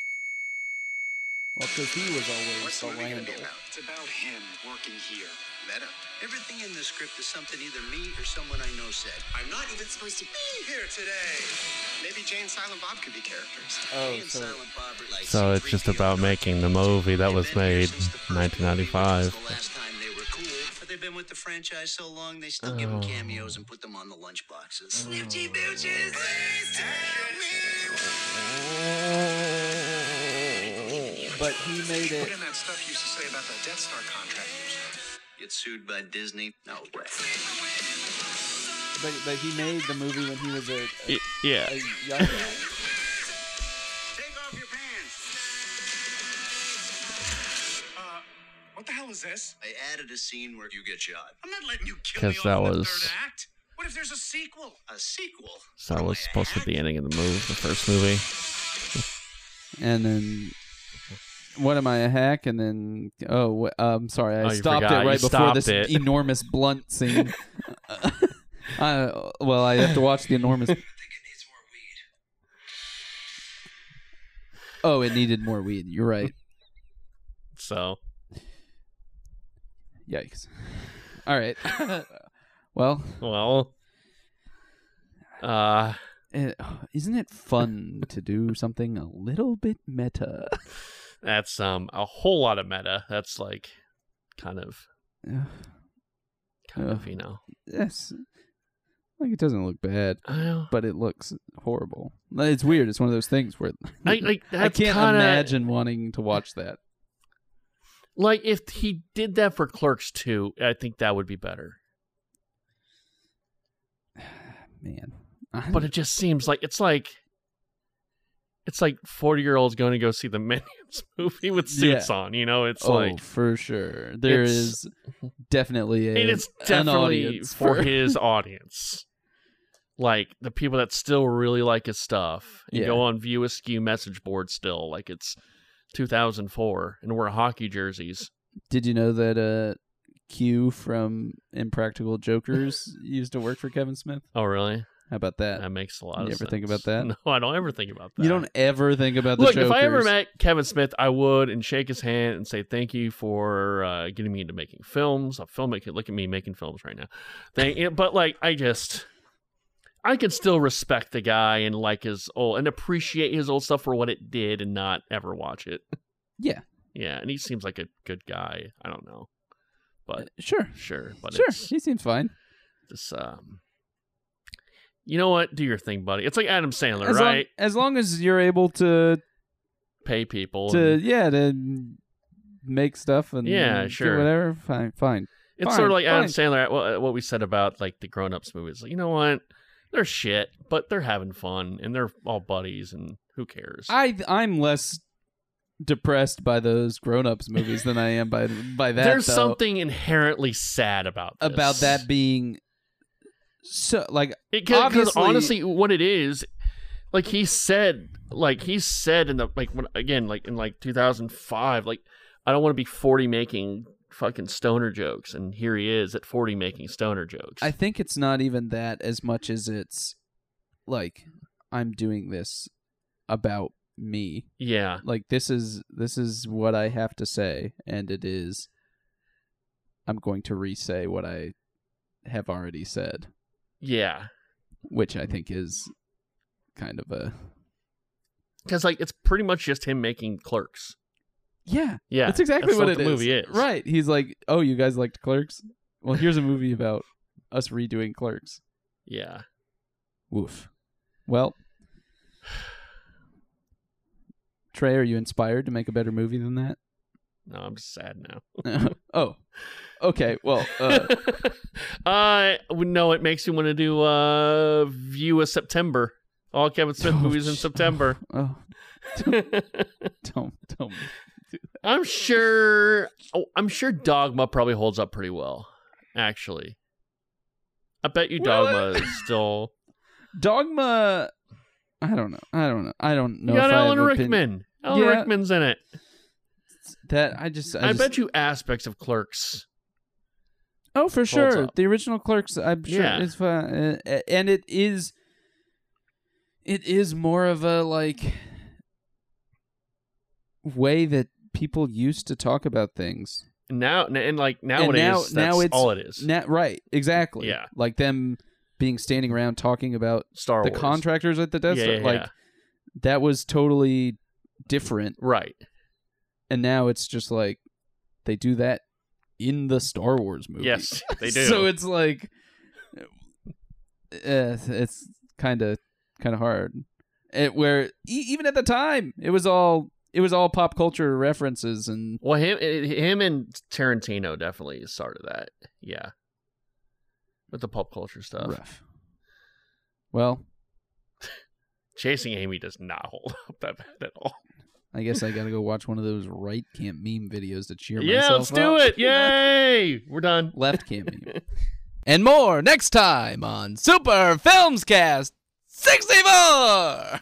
D: Well, because he was always
E: What's
D: the
E: the movie gonna
D: Randall.
E: be about? It's about him working here. Meta. Everything in this script is something either me or someone I know said. I'm not even supposed to be here today. Maybe Jane, Silent Bob could be characters.
D: Oh,
E: me and
D: so-
E: Silent Bob are like
B: So it's just
E: C-3PO.
B: about making the movie that
E: They've
B: was
E: been here
B: made
E: since the first
B: in
E: movie, which was
B: 1995.
E: The last time they were cool, but they've been with the franchise so long they still give them
B: Oh.
E: cameos and put them on the lunch boxes. Snoochie booches. Please tell me
D: But he made it.
E: in that stuff you used to say about the Death Star contractors. Get sued by Disney? No way.
D: But, but he made the movie when he was a,
B: Y- Yeah.
D: a young guy.
E: Take off your pants.
F: What the hell is this?
E: I added a scene where you get shot.
F: I'm not letting you kill me
B: Because
F: off
B: that
F: in the
B: was-
F: third act. What if there's a sequel?
E: A sequel.
B: So that was supposed to be the ending of the movie, the first movie.
D: and then what am I a hack? And then oh, wh- um, sorry, I
B: Oh, you
D: stopped
B: forgot.
D: it
B: You
D: right before
B: stopped
D: this
B: it.
D: enormous blunt scene. uh, well, I have to watch the enormous. Oh, it needed more weed. You're right.
B: So
D: Yikes. All right. well,
B: well. Uh
D: is isn't it fun to do something a little bit meta?
B: that's um a whole lot of meta. That's like kind of
D: Ugh,
B: kind
D: Ugh.
B: of, you know.
D: yes. Like it doesn't look bad,
B: I know.
D: but it looks horrible. Like, It's weird. It's one of those things where
B: I, like,
D: I
B: that's
D: can't
B: kinda-
D: imagine wanting to watch that.
B: Like if he did that for Clerks 2, I think that would be better.
D: Man.
B: But it just seems like it's like it's like 40-year-olds going to go see the Minions movie with suits
D: Yeah.
B: on, you know? It's
D: oh,
B: like
D: for sure. There
B: It's-
D: is definitely a
B: and it's
D: an
B: definitely
D: audience
B: for his audience. Like the people that still really like his stuff and
D: Yeah.
B: go on View Askew message board still. Like it's 2004 and wear hockey jerseys.
D: Did you know that uh Q from Impractical Jokers used to work for Kevin Smith?
B: Oh, really?
D: How about that?
B: That makes a lot
D: You
B: of
D: ever
B: sense.
D: think about that?
B: No, I don't ever think about that.
D: you don't ever think about the
B: Look, if I ever
D: Jokers.
B: met Kevin Smith, I would and shake his hand and say thank you for uh, getting me into making films. I'm filmmaking. Look at me making films right now. Thank you. But like, I just, I can still respect the guy and like his old and appreciate his old stuff for what it did and not ever watch it.
D: Yeah.
B: Yeah, and he seems like a good guy. I don't know, but
D: Sure.
B: sure, but
D: sure.
B: it's-
D: He seems fine.
B: this um you know what do your thing buddy it's like adam sandler
D: As long-
B: right
D: as long as you're able to
B: pay people
D: to
B: and-
D: yeah to make stuff and
B: Yeah,
D: do
B: sure.
D: whatever fine fine
B: it's
D: fine,
B: sort of like adam
D: fine.
B: sandler what, what we said about like the grown-ups movies like you know what they're shit but they're having fun and they're all buddies and who cares
D: I I'm less depressed by those grown ups movies than I am by by that.
B: there's
D: though,
B: something inherently sad about this.
D: about that being so like
B: because
D: Obviously-
B: honestly what it is like he said like he said in the like when, again like in like 2005 like i don't want to be 40 making fucking stoner jokes and here he is at 40 making stoner jokes
D: I think it's not even that as much as it's like I'm doing this about me.
B: yeah
D: Like this is this is what I have to say, and it is. I'm going to re-say what I have already said.
B: yeah
D: which I think is kind of a
B: because like it's pretty much just him making clerks
D: yeah.
B: yeah
D: that's exactly what,
B: what,
D: it
B: the
D: is.
B: movie is
D: Right? He's like, oh, you guys liked Clerks? Well, here's a movie about us redoing Clerks.
B: yeah
D: Woof. Well, Trey, are you inspired to make a better movie than that?
B: no i'm just sad now
D: oh, okay. Well, uh,
B: uh no it makes you want to do uh view of september all kevin smith
D: Oh,
B: movies in
D: sh-
B: september
D: oh, don't don't.
B: I'm sure. Oh, I'm sure Dogma probably holds up pretty well, actually. I bet you
D: Well,
B: Dogma is still.
D: Dogma. I don't know. I don't know. I don't know.
B: you got
D: if I have
B: Alan
D: opin-
B: Rickman. Alan
D: Yeah.
B: Rickman's in it.
D: That I just. I,
B: I,
D: just,
B: bet you aspects of Clerks.
D: Oh, for sure.
B: up.
D: The original Clerks, I'm sure,
B: Yeah.
D: is fun, uh, and it is. It is more of a like way that people used to talk about things.
B: Now and like nowadays,
D: now-
B: that's
D: now it's-
B: all it is.
D: Not right, exactly.
B: Yeah.
D: like them being standing around talking about
B: Star
D: the
B: Wars.
D: contractors at the
B: Yeah,
D: desk.
B: yeah,
D: like
B: yeah.
D: that was totally different,
B: right.
D: and now it's just like they do that in the Star Wars movie.
B: Yes, they do.
D: So it's like, uh, it's kind of kind of hard. It, where e- even at the time, it was all it was all pop culture references, and
B: well, him, eh, him, and Tarantino definitely started that. Yeah, with the pop culture stuff.
D: rough. Well,
B: Chasing Amy does not hold up that bad at all.
D: I guess I gotta go watch one of those right camp meme videos to cheer
B: Yeah,
D: myself
B: let's do
D: up.
B: it. Yay! We're done.
D: Left camp meme.
C: And more next time on Super Filmscast 64!